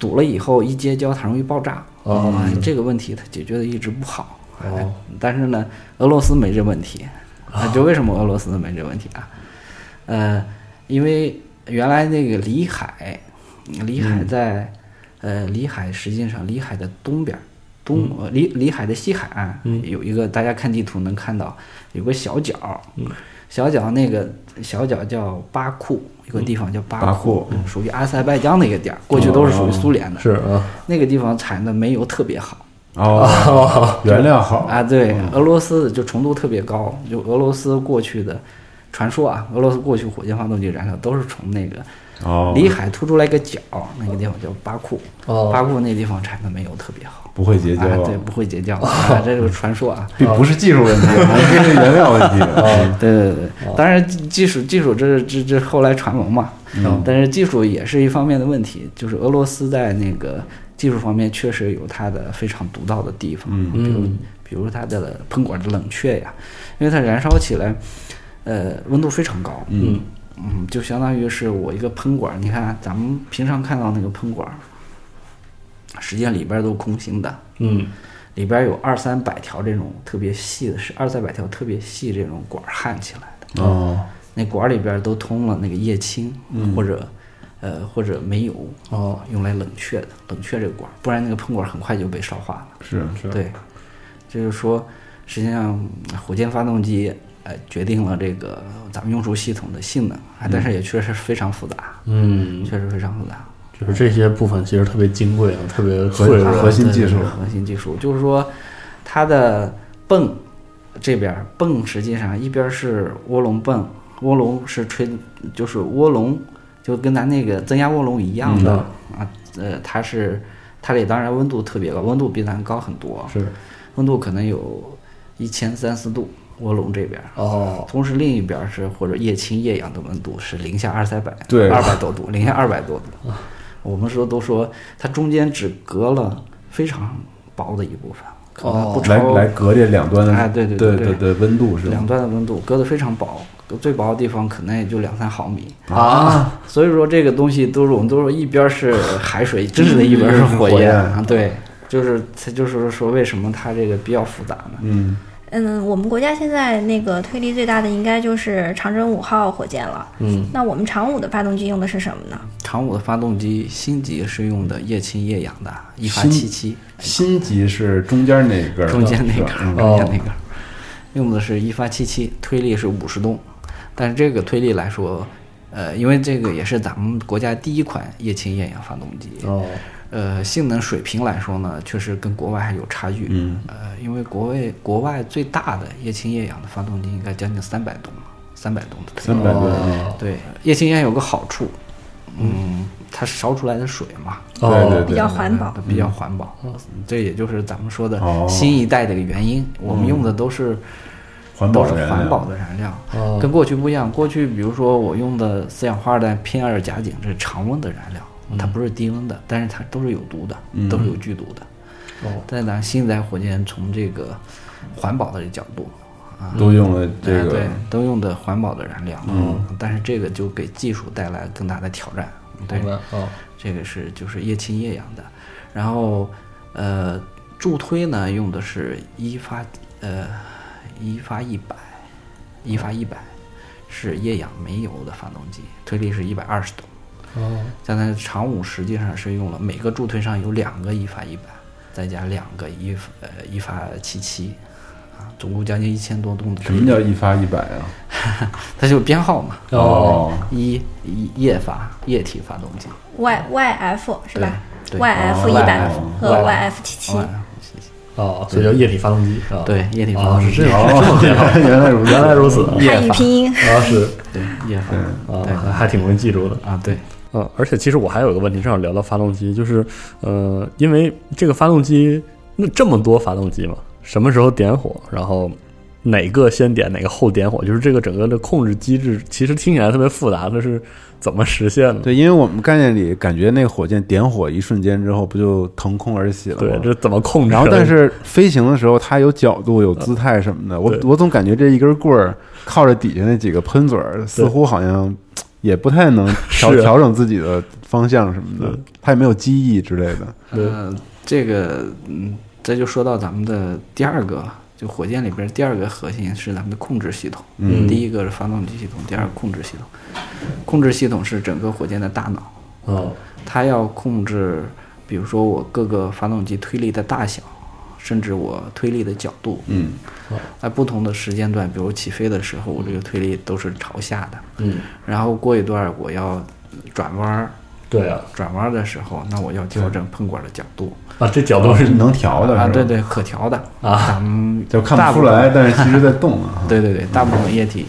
[SPEAKER 8] 堵了以后一结胶它容易爆炸，
[SPEAKER 6] 哦
[SPEAKER 8] 哎这个问题它解决的一直不好，哎
[SPEAKER 6] 哦
[SPEAKER 8] 但是呢，俄罗斯没这问题，啊，就为什么俄罗斯没这问题啊？呃，因为原来那个里海，里海在，呃，里海实际上里海的东边儿，东呃里里海的西海岸、有一个，大家看地图能看到有个小角儿，小角那个小角叫巴库，有个地方叫嗯巴
[SPEAKER 5] 巴
[SPEAKER 8] 库
[SPEAKER 5] 库，
[SPEAKER 8] 属于阿塞拜疆那个地儿，过去都是属于苏联的，
[SPEAKER 6] 是啊，
[SPEAKER 8] 那个地方产的煤油特别好。
[SPEAKER 5] 哦，原料好
[SPEAKER 8] 哦啊，对，俄罗斯就纯度特别高，就俄罗斯过去的传说啊，俄罗斯过去火箭发动机燃料都是从那个
[SPEAKER 5] 哦，
[SPEAKER 8] 里海突出来个角，那个地方叫巴库，
[SPEAKER 6] 哦
[SPEAKER 8] 巴库那地方产的煤油特别好，
[SPEAKER 5] 不会结交
[SPEAKER 8] 啊，对，不会结胶，啊，这是传说啊。
[SPEAKER 5] 并不是技术问题，还是原料问题。
[SPEAKER 8] 对对对，啊当然技技术技术这是这这后来传闻嘛，但是技术也是一方面的问题，就是俄罗斯在那个技术方面确实有它的非常独到的地方，
[SPEAKER 5] 嗯
[SPEAKER 8] 比如
[SPEAKER 6] 嗯
[SPEAKER 8] 比如它的喷管的冷却呀，因为它燃烧起来，呃，温度非常高，嗯嗯，就相当于是我一个喷管，你看咱们平常看到那个喷管，实际上里边都空心的，
[SPEAKER 6] 嗯
[SPEAKER 8] 里边有二三百条这种特别细的，是二三百条特别细这种管儿焊起来的。
[SPEAKER 5] 哦，
[SPEAKER 8] 那管儿里边都通了那个液氢、或者呃或者煤油
[SPEAKER 6] 哦，
[SPEAKER 8] 用来冷却的，冷却这个管儿，不然那个喷管儿很快就被烧化了。
[SPEAKER 5] 是
[SPEAKER 6] 是
[SPEAKER 8] 对，这就是说，实际上火箭发动机呃决定了这个咱们运输系统的性能，啊，但是也确实非常复杂，
[SPEAKER 6] 嗯，
[SPEAKER 8] 确实非常复杂。
[SPEAKER 6] 就是这些部分其实特别金贵啊，特别脆
[SPEAKER 5] 核
[SPEAKER 6] 弱。
[SPEAKER 5] 核心技术
[SPEAKER 8] 对对对核心技术就是说，它的泵这边儿泵实际上一边儿是涡轮泵，涡轮是吹，就是涡轮，就跟咱那个增压涡轮一
[SPEAKER 5] 嗯
[SPEAKER 8] 样的、啊，呃，它是它里当然温度特别高，温度比咱高很多，
[SPEAKER 6] 是
[SPEAKER 8] 温度可能有一千三四度，涡轮这边儿。
[SPEAKER 6] 哦，
[SPEAKER 8] 同时，另一边儿是或者液氢、液氧的温度是零下二三百，
[SPEAKER 5] 对
[SPEAKER 8] 二百多度，零下二百多度。我们说都说它中间只隔了非常薄的一部分，可能不
[SPEAKER 5] 来
[SPEAKER 8] 超
[SPEAKER 5] 来隔这两端的，
[SPEAKER 8] 哎对
[SPEAKER 5] 对
[SPEAKER 8] 对
[SPEAKER 5] 对
[SPEAKER 8] 对
[SPEAKER 5] 对对温度是吧
[SPEAKER 8] 两端的温度隔得非常薄，最薄的地方可能也就两三毫米。
[SPEAKER 5] 啊，
[SPEAKER 8] 所以说这个东西都是我们都说一边儿是海水真实的，一边儿是火
[SPEAKER 5] 火焰
[SPEAKER 8] 焰啊，对，就是它就是说为什么它这个比较复杂呢？
[SPEAKER 5] 嗯，
[SPEAKER 7] 嗯，我们国家现在那个推力最大的应该就是长征五号火箭了。
[SPEAKER 6] 嗯，
[SPEAKER 7] 那我们长五的发动机用的是什么呢？
[SPEAKER 8] 长五的发动机新级是用的液氢液氧的一发
[SPEAKER 5] 新
[SPEAKER 8] 七七。
[SPEAKER 5] 心急是中间那根儿，
[SPEAKER 8] 中间那根
[SPEAKER 5] 是吧
[SPEAKER 8] 儿，
[SPEAKER 5] 嗯
[SPEAKER 8] 中间那根儿，用的是一发七七，推力是五十吨，但是这个推力来说，呃，因为这个也是咱们国家第一款液氢液氧发动机，
[SPEAKER 6] 哦，
[SPEAKER 8] 呃，性能水平来说呢，确实跟国外还有差距，
[SPEAKER 5] 嗯，
[SPEAKER 8] 呃，因为国外国外最大的液氢液氧的发动机应该将近三百吨吧，三百吨的推力
[SPEAKER 5] 三百吨啊，
[SPEAKER 8] 对，液氢液氧有个好处，嗯，它烧出来的水嘛，呃
[SPEAKER 5] 对对
[SPEAKER 7] 比
[SPEAKER 5] 对
[SPEAKER 8] 哦
[SPEAKER 7] 较，环保。
[SPEAKER 8] 比
[SPEAKER 5] 嗯
[SPEAKER 8] 较环保。这也就是咱们说的
[SPEAKER 5] 哦嗯
[SPEAKER 8] 新一代的一个原因，我们用的都是。
[SPEAKER 5] 环
[SPEAKER 8] 都
[SPEAKER 5] 保啊
[SPEAKER 8] 是
[SPEAKER 5] 原料
[SPEAKER 8] 环保的燃料，
[SPEAKER 6] 哦
[SPEAKER 8] 跟过去不一样。过去比如说我用的四氧化二氮偏二甲肼，这是常温的燃料，
[SPEAKER 6] 嗯
[SPEAKER 8] 它不是低温的，但是它都是有毒的，
[SPEAKER 5] 嗯
[SPEAKER 8] 都是有剧毒的。
[SPEAKER 6] 哦，
[SPEAKER 8] 但咱新一代火箭从这个环保的角度啊，
[SPEAKER 5] 都用了这
[SPEAKER 8] 哎
[SPEAKER 5] 个
[SPEAKER 8] 对，都用的环保的燃料，嗯，但是这个就给技术带来更大的挑战，对
[SPEAKER 6] 明，白哦，
[SPEAKER 8] 这个是就是液氢液氧的，然后呃助推呢用的是一发呃一发一百，一发一百是液氧煤油的发动机，推力是一百二十吨。
[SPEAKER 6] 哦，
[SPEAKER 8] 现在长五实际上是用了每个助推上有两个一发一百，再加两个一发呃一发七七，啊，总共将近一千多吨的
[SPEAKER 5] 什
[SPEAKER 8] 推
[SPEAKER 5] 么
[SPEAKER 8] 力，
[SPEAKER 5] 叫一发一百啊？
[SPEAKER 8] 它就是编号嘛。
[SPEAKER 5] 哦，
[SPEAKER 8] 一一液发液体发动机，
[SPEAKER 7] Y Y F 是吧
[SPEAKER 8] 对对
[SPEAKER 7] ？Y F 一百和 Y F 七七。
[SPEAKER 6] 哦，所以叫液体发动机啊，
[SPEAKER 8] 对液体发
[SPEAKER 6] 哦
[SPEAKER 8] 动机
[SPEAKER 6] 是这样，
[SPEAKER 5] 哦
[SPEAKER 6] 这么变化
[SPEAKER 5] 原来如 此
[SPEAKER 6] 原来如此，
[SPEAKER 7] 汉语拼音
[SPEAKER 6] 啊是
[SPEAKER 8] 对液发
[SPEAKER 5] 嗯
[SPEAKER 6] 啊
[SPEAKER 8] 对，
[SPEAKER 6] 还还挺容易记住的。
[SPEAKER 8] 啊，对，
[SPEAKER 6] 嗯，而且其实我还有一个问题，正好聊到发动机，就是呃，因为这个发动机那这么多发动机嘛，什么时候点火，然后哪个先点，哪个后点火，就是这个整个的控制机制，其实听起来特别复杂，那是怎么实现的？
[SPEAKER 5] 对，因为我们概念里感觉那个火箭点火一瞬间之后，不就腾空而起了
[SPEAKER 6] 对，
[SPEAKER 5] 吗？
[SPEAKER 6] 这怎么控制的？
[SPEAKER 5] 然后，但是飞行的时候，它有角度、有姿态什么的。我
[SPEAKER 6] 对
[SPEAKER 5] 我总感觉这一根棍儿靠着底下那几个喷嘴儿，似乎好像嘖也不太能调
[SPEAKER 6] 是
[SPEAKER 5] 调整自己的方向什么的。它也没有机翼之类的。
[SPEAKER 8] 呃，这个，嗯，这就说到咱们的第二个了，就火箭里边第二个核心是咱们的控制系统。
[SPEAKER 5] 嗯
[SPEAKER 8] 第一个是发动机系统，第二个控制系统。控制系统是整个火箭的大脑，
[SPEAKER 6] 哦
[SPEAKER 8] 它要控制，比如说我各个发动机推力的大小，甚至我推力的角度。
[SPEAKER 5] 嗯，
[SPEAKER 8] 在不同的时间段，比如起飞的时候，我这个推力都是朝下的。
[SPEAKER 6] 嗯，
[SPEAKER 8] 然后过一段儿我要转弯儿，
[SPEAKER 6] 对啊，
[SPEAKER 8] 转弯的时候，那我要调整喷管的角度
[SPEAKER 6] 啊，这角度是
[SPEAKER 5] 能调的是吧
[SPEAKER 8] 啊，对，对，可调的
[SPEAKER 6] 啊
[SPEAKER 8] 咱们
[SPEAKER 5] 就看
[SPEAKER 8] 大
[SPEAKER 5] 不
[SPEAKER 8] 部
[SPEAKER 5] 出
[SPEAKER 8] 分
[SPEAKER 5] 来，但是其实在动啊。
[SPEAKER 8] 对对对，大部分液体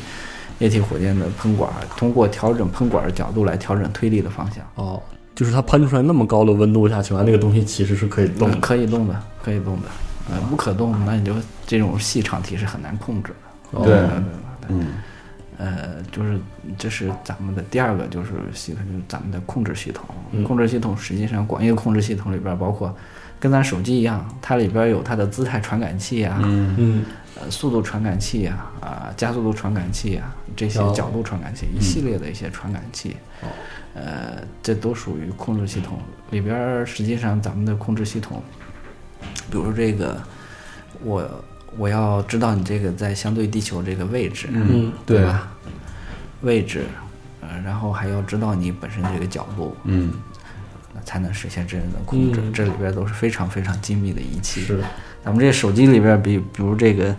[SPEAKER 8] 液体火箭的喷管通过调整喷管的角度来调整推力的方向，
[SPEAKER 6] 哦，就是它喷出来那么高的温度下，情况下那个东西其实是可以动的。
[SPEAKER 8] 嗯可以动的，可以动的。呃，不可动，那你就这种细长体是很难控制的。
[SPEAKER 5] 哦对
[SPEAKER 8] 呃
[SPEAKER 5] 嗯，
[SPEAKER 8] 呃，就是这是咱们的第二个，就是系统，就是咱们的控制系统
[SPEAKER 6] 嗯。
[SPEAKER 8] 控制系统实际上广义的控制系统里边包括，跟咱手机一样，它里边有它的姿态传感器啊，
[SPEAKER 6] 嗯，
[SPEAKER 8] 呃，速度传感器啊，啊、加速度传感器啊，这些
[SPEAKER 6] 哦嗯
[SPEAKER 8] 角度传感器，一系列的一些传感器，呃，这都属于控制系统里边儿。实际上，咱们的控制系统，比如说这个，我我要知道你这个在相对地球这个位置，
[SPEAKER 6] 嗯
[SPEAKER 5] 对
[SPEAKER 8] 吧？位置，呃，然后还要知道你本身这个角度，
[SPEAKER 5] 嗯，
[SPEAKER 8] 那才能实现真正的控制。
[SPEAKER 6] 嗯
[SPEAKER 8] 这里边都是非常非常精密的仪器。
[SPEAKER 6] 是，
[SPEAKER 8] 咱们这手机里边，比比如这个，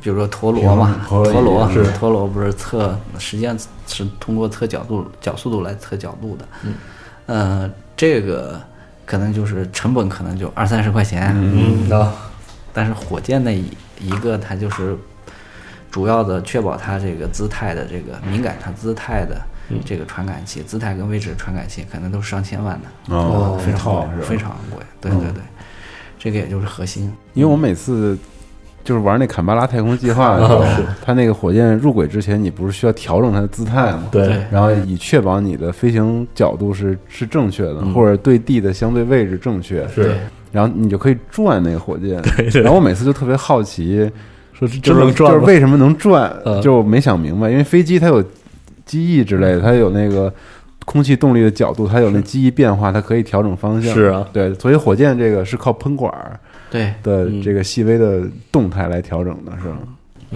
[SPEAKER 8] 比如说陀螺嘛，
[SPEAKER 5] 陀螺
[SPEAKER 8] 陀螺
[SPEAKER 5] 是
[SPEAKER 8] 陀螺不是测，实际上是通过测角度、角速度来测角度的。嗯，呃，这个可能就是成本，可能就二三十块钱。
[SPEAKER 6] 嗯啊，
[SPEAKER 8] 但是火箭的一一个，它就是主要的确保它这个姿态的这个敏感它姿态的这个传感器，姿态跟位置传感器可能都是上千万的，
[SPEAKER 5] 哦
[SPEAKER 8] 非
[SPEAKER 5] 一
[SPEAKER 8] 常
[SPEAKER 5] 套
[SPEAKER 8] 贵，
[SPEAKER 5] 是吧嗯
[SPEAKER 8] 非常贵，对对对，这个也就是核心，
[SPEAKER 5] 因为我每次就是玩那坎巴拉太空计划的时 候，它那个火箭入轨之前，你不是需要调整它的姿态吗？
[SPEAKER 6] 对，
[SPEAKER 5] 然后以确保你的飞行角度是是正确的，或者对地的相对位置正确，
[SPEAKER 6] 嗯是，
[SPEAKER 5] 然后你就可以转那个火箭。
[SPEAKER 6] 对
[SPEAKER 5] 然后我每次就特别好奇，
[SPEAKER 6] 说是
[SPEAKER 5] 就
[SPEAKER 6] 真
[SPEAKER 5] 是
[SPEAKER 6] 能转
[SPEAKER 5] 就是
[SPEAKER 6] 吗？
[SPEAKER 5] 为什么能转
[SPEAKER 6] 嗯，
[SPEAKER 5] 就没想明白。因为飞机它有机翼之类的，它有那个空气动力的角度，它有那机翼变化，它可以调整方向。
[SPEAKER 6] 是啊
[SPEAKER 5] 对，所以火箭这个是靠喷管儿
[SPEAKER 8] 对。
[SPEAKER 5] 的
[SPEAKER 6] 嗯
[SPEAKER 5] 这个细微的动态来调整的，是吗？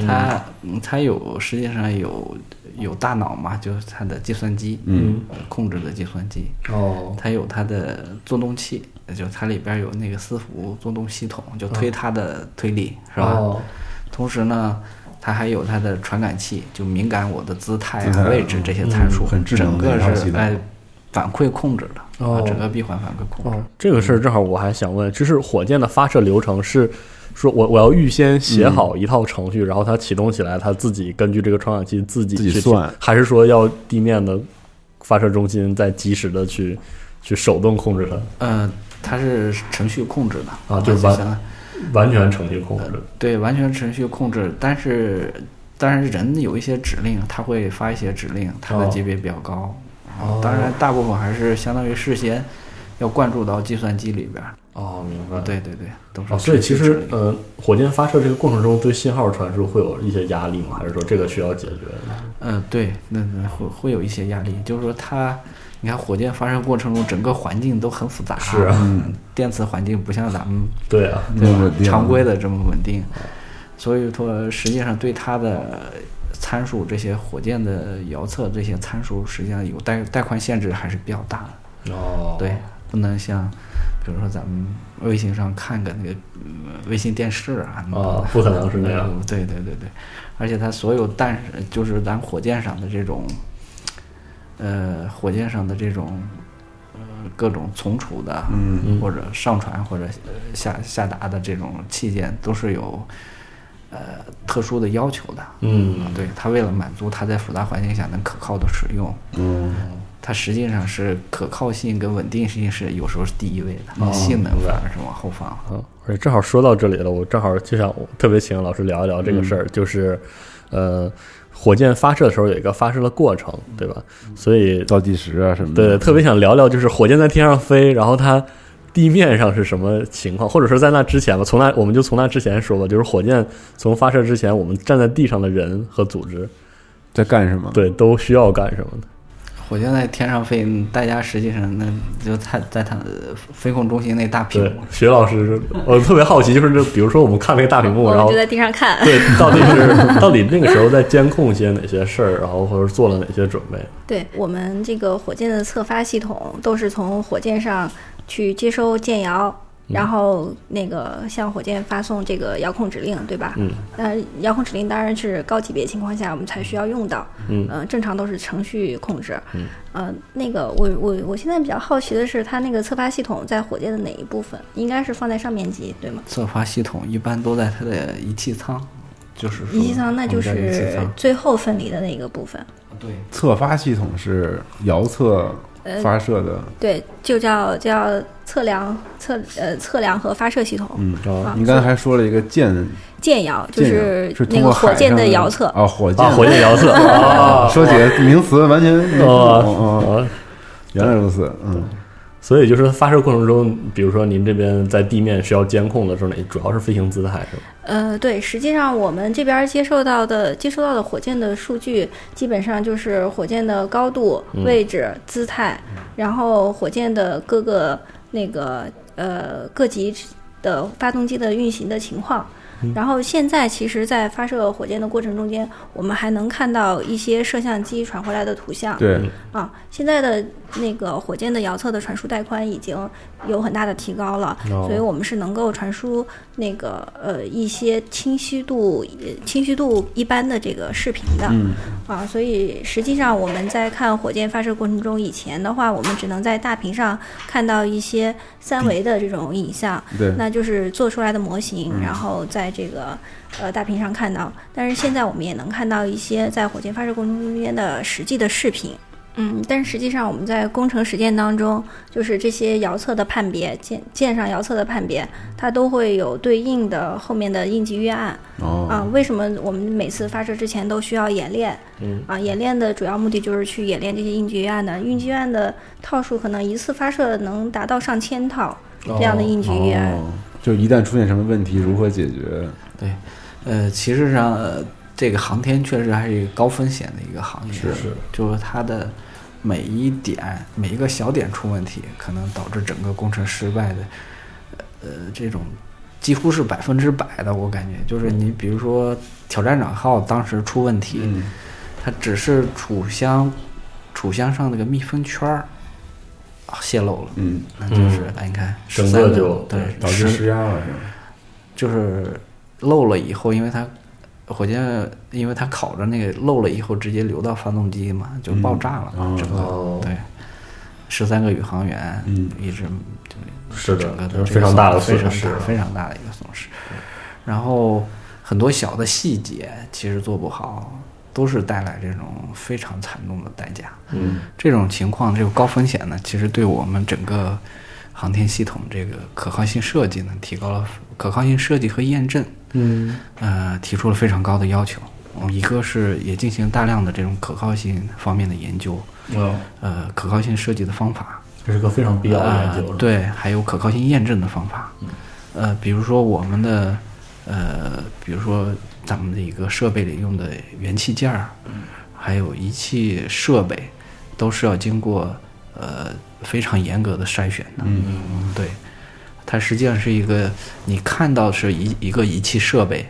[SPEAKER 8] 它嗯它有实际上有有大脑嘛，就是它的计算机，
[SPEAKER 5] 嗯
[SPEAKER 8] 呃，控制的计算机，
[SPEAKER 6] 哦，
[SPEAKER 8] 它有它的作动器，就它里边有那个伺服作动系统，就推它的推力，是吧？
[SPEAKER 6] 嗯哦
[SPEAKER 8] 同时呢，它还有它的传感器，就敏感我的姿态
[SPEAKER 5] 姿
[SPEAKER 8] 啊、
[SPEAKER 5] 态
[SPEAKER 8] 位置这些参数，
[SPEAKER 5] 嗯很智能
[SPEAKER 8] 整
[SPEAKER 5] 的
[SPEAKER 8] 个
[SPEAKER 5] 一套系
[SPEAKER 8] 是
[SPEAKER 5] 统
[SPEAKER 8] 哎反馈控制的，
[SPEAKER 6] 哦
[SPEAKER 8] 啊，整个闭环反馈控制。
[SPEAKER 5] 嗯
[SPEAKER 6] 哦，这个事儿正好我还想问，就是火箭的发射流程是说我我要预先写好一套程序，然后它启动起来，它自己根据这个传感器自己
[SPEAKER 5] 自己
[SPEAKER 6] 去
[SPEAKER 5] 算
[SPEAKER 6] 还是说要地面的发射中心再及时的去去手动控制它，
[SPEAKER 8] 呃，它是程序控制的
[SPEAKER 6] 啊就是把
[SPEAKER 8] 相当于
[SPEAKER 6] 完全程序控制？
[SPEAKER 8] 对，完全程序控制，但是但是人有一些指令，他会发一些指令，他的
[SPEAKER 6] 哦
[SPEAKER 8] 级别比较高。啊
[SPEAKER 6] 哦
[SPEAKER 8] 当然，大部分还是相当于事先要灌注到计算机里边儿。
[SPEAKER 6] 哦，明白。
[SPEAKER 8] 对对对，都是
[SPEAKER 6] 哦，
[SPEAKER 8] 程序指
[SPEAKER 6] 所以
[SPEAKER 8] 令。
[SPEAKER 6] 其实，呃，火箭发射这个过程中对信号传输会有一些压力吗？还是说这个需要解决的？
[SPEAKER 8] 嗯，对，那那会会有一些压力，就是说它，你看火箭发射过程中整个环境都很复杂，
[SPEAKER 6] 是啊
[SPEAKER 8] 嗯电磁环境不像咱们
[SPEAKER 6] 对啊，
[SPEAKER 8] 对
[SPEAKER 5] 那么稳
[SPEAKER 8] 吧
[SPEAKER 5] 定
[SPEAKER 8] 常规的这么稳定，所以说实际上对它的参数这些火箭的遥测这些参数实际上有带带宽限制还是比较大的，
[SPEAKER 6] 哦，
[SPEAKER 8] 对，不能像比如说咱们微信上看个那个、嗯微信电视啊，那
[SPEAKER 6] 啊不可能是那样
[SPEAKER 8] 嗯 对对对对，而且它所有但是就是咱火箭上的这种，呃，火箭上的这种。呃各种存储的，嗯，或者上传或者呃下下达的这种器件都是有，呃，特殊的要求的，啊
[SPEAKER 6] 嗯，
[SPEAKER 8] 对，它为了满足它在复杂环境下能可靠的使用，嗯，它实际上是可靠性跟稳定性是有时候是第一位的，性能反而是往后放。
[SPEAKER 6] 嗯，而且正好说到这里了，我正好就想我特别请老师聊一聊这个事儿，就是，呃，火箭发射的时候有一个发射的过程，对吧？所以，
[SPEAKER 5] 倒计时啊什么
[SPEAKER 6] 对，
[SPEAKER 5] 的。
[SPEAKER 6] 特别想聊聊，就是火箭在天上飞，然后它地面上是什么情况，或者说在那之前吧，从那我们就从那之前说吧，就是火箭从发射之前，我们站在地上的人和组织，
[SPEAKER 5] 在干什么？
[SPEAKER 6] 对，都需要干什么呢？
[SPEAKER 8] 火箭在天上飞，嗯大家实际上那就在在它呃飞控中心那大屏
[SPEAKER 6] 对
[SPEAKER 8] 幕，，
[SPEAKER 6] 徐老师，我特别好奇，就是这比如说我们看那个大屏幕，
[SPEAKER 7] 我
[SPEAKER 6] 然
[SPEAKER 7] 们
[SPEAKER 6] 后
[SPEAKER 7] 就在地上看。
[SPEAKER 6] 对，到底是到底那个时候在监控些哪些事儿，然后或者做了哪些准备？
[SPEAKER 7] 对我们这个火箭的测发系统都是从火箭上去接收箭遥，然后那个向火箭发送这个遥控指令，对吧？
[SPEAKER 6] 嗯。
[SPEAKER 7] 那遥控指令当然是高级别情况下我们才需要用到，
[SPEAKER 6] 嗯
[SPEAKER 7] 呃，正常都是程序控制。嗯。呃，那个我我我现在比较好奇的是，它那个侧发系统在火箭的哪一部分？应该是放在上面级，对吗？
[SPEAKER 8] 侧发系统一般都在它的仪器舱，就是说
[SPEAKER 7] 仪器舱那就
[SPEAKER 8] 我们叫仪器
[SPEAKER 7] 是
[SPEAKER 8] 舱
[SPEAKER 7] 最后分离的那个部分，
[SPEAKER 8] 对
[SPEAKER 5] 侧发系统是遥测发射的，
[SPEAKER 7] 对，就叫叫测量测呃测量和发射系统。
[SPEAKER 5] 嗯，
[SPEAKER 6] 啊
[SPEAKER 5] 你刚才还说了一个舰
[SPEAKER 7] 舰遥呃就
[SPEAKER 5] 舰
[SPEAKER 7] 是
[SPEAKER 5] 是通
[SPEAKER 7] 那
[SPEAKER 5] 过
[SPEAKER 7] 个火箭
[SPEAKER 5] 海上
[SPEAKER 7] 遥测，
[SPEAKER 5] 啊，火箭
[SPEAKER 6] 啊，火箭 遥测啊，
[SPEAKER 5] 说起来名词完全没听懂
[SPEAKER 6] 哦
[SPEAKER 5] 哦，
[SPEAKER 6] 哦，
[SPEAKER 5] 原来如此，嗯，
[SPEAKER 6] 所以就是发射过程中，比如说您这边在地面需要监控的时候，那主要是飞行姿态是吧？
[SPEAKER 7] 呃，对，实际上我们这边接受到的接收到的火箭的数据，基本上就是火箭的高度、
[SPEAKER 5] 嗯
[SPEAKER 7] 位置、姿态，然后火箭的各个那个呃各级的发动机的运行的情况。
[SPEAKER 5] 嗯
[SPEAKER 7] 然后现在，其实，在发射火箭的过程中间，我们还能看到一些摄像机传回来的图像。
[SPEAKER 5] 对，
[SPEAKER 6] 嗯
[SPEAKER 7] 啊，现在的那个火箭的遥测的传输带宽已经有很大的提高了，
[SPEAKER 6] 哦
[SPEAKER 7] 所以我们是能够传输那个呃一些清晰度呃清晰度一般的这个视频的、
[SPEAKER 5] 嗯
[SPEAKER 7] 啊，所以实际上我们在看火箭发射过程中，以前的话我们只能在大屏上看到一些三维的这种影像，
[SPEAKER 5] 嗯对，嗯
[SPEAKER 7] 那就是做出来的模型，然后在这个呃大屏上看到。但是现在我们也能看到一些在火箭发射过程中间的实际的视频。嗯，但是实际上我们在工程实践当中，就是这些遥测的判别，舰舰上遥测的判别，它都会有对应的后面的应急预案。啊
[SPEAKER 5] 哦，，
[SPEAKER 7] 为什么我们每次发射之前都需要演练？
[SPEAKER 6] 嗯，
[SPEAKER 7] 啊，演练的主要目的就是去演练这些应急预案的。应急预案的套数可能一次发射能达到上千套这样的应急预案。
[SPEAKER 5] 哦，就一旦出现什么问题，如何解决？
[SPEAKER 8] 对，呃，其实上、呃这个航天确实还是一个高风险的一个行业，
[SPEAKER 5] 是是，
[SPEAKER 8] 就是它的每一点每一个小点出问题，可能导致整个工程失败的，呃，这种几乎是百分之百的，我感觉就是你比如说挑战者号当时出问题，
[SPEAKER 5] 嗯
[SPEAKER 6] 嗯
[SPEAKER 8] 它只是储箱储箱上那个密封圈儿啊泄露了，
[SPEAKER 5] 嗯，
[SPEAKER 8] 那就是、哎你看
[SPEAKER 6] 整
[SPEAKER 8] 13
[SPEAKER 6] 个
[SPEAKER 8] 个
[SPEAKER 6] 就
[SPEAKER 8] 对
[SPEAKER 5] 导致
[SPEAKER 8] 10
[SPEAKER 5] 施压了，是吧
[SPEAKER 8] 就是漏了以后，因为它火箭，因为它烤着那个漏了以后，直接流到发动机嘛，就爆炸了，
[SPEAKER 5] 嗯哦
[SPEAKER 8] 整个、
[SPEAKER 6] 哦
[SPEAKER 8] 对，十三个宇航员，
[SPEAKER 5] 嗯
[SPEAKER 8] 一直
[SPEAKER 6] 是的
[SPEAKER 8] 整个
[SPEAKER 6] 这
[SPEAKER 8] 都
[SPEAKER 6] 是非常大的
[SPEAKER 8] 非
[SPEAKER 6] 损
[SPEAKER 8] 常
[SPEAKER 6] 失啊
[SPEAKER 8] 大非常大的一个损失。然后很多小的细节其实做不好，都是带来这种非常惨重的代价。
[SPEAKER 6] 嗯，
[SPEAKER 8] 这种情况，这个高风险呢，其实对我们整个航天系统这个可靠性设计呢，提高了可靠性设计和验证，嗯，呃，提出了非常高的要求。嗯一个是也进行大量的这种可靠性方面的研究，
[SPEAKER 6] 哦，
[SPEAKER 8] 呃，可靠性设计的方法，
[SPEAKER 6] 这是个非常必要的研究
[SPEAKER 8] 呃
[SPEAKER 6] 了。，嗯
[SPEAKER 8] 对，还有可靠性验证的方法。呃，比如说我们的呃，比如说咱们的一个设备里用的元器件儿，
[SPEAKER 6] 嗯
[SPEAKER 8] 还有仪器设备，都是要经过呃非常严格的筛选的。嗯，对，它实际上是一个你看到是一一个仪器设备。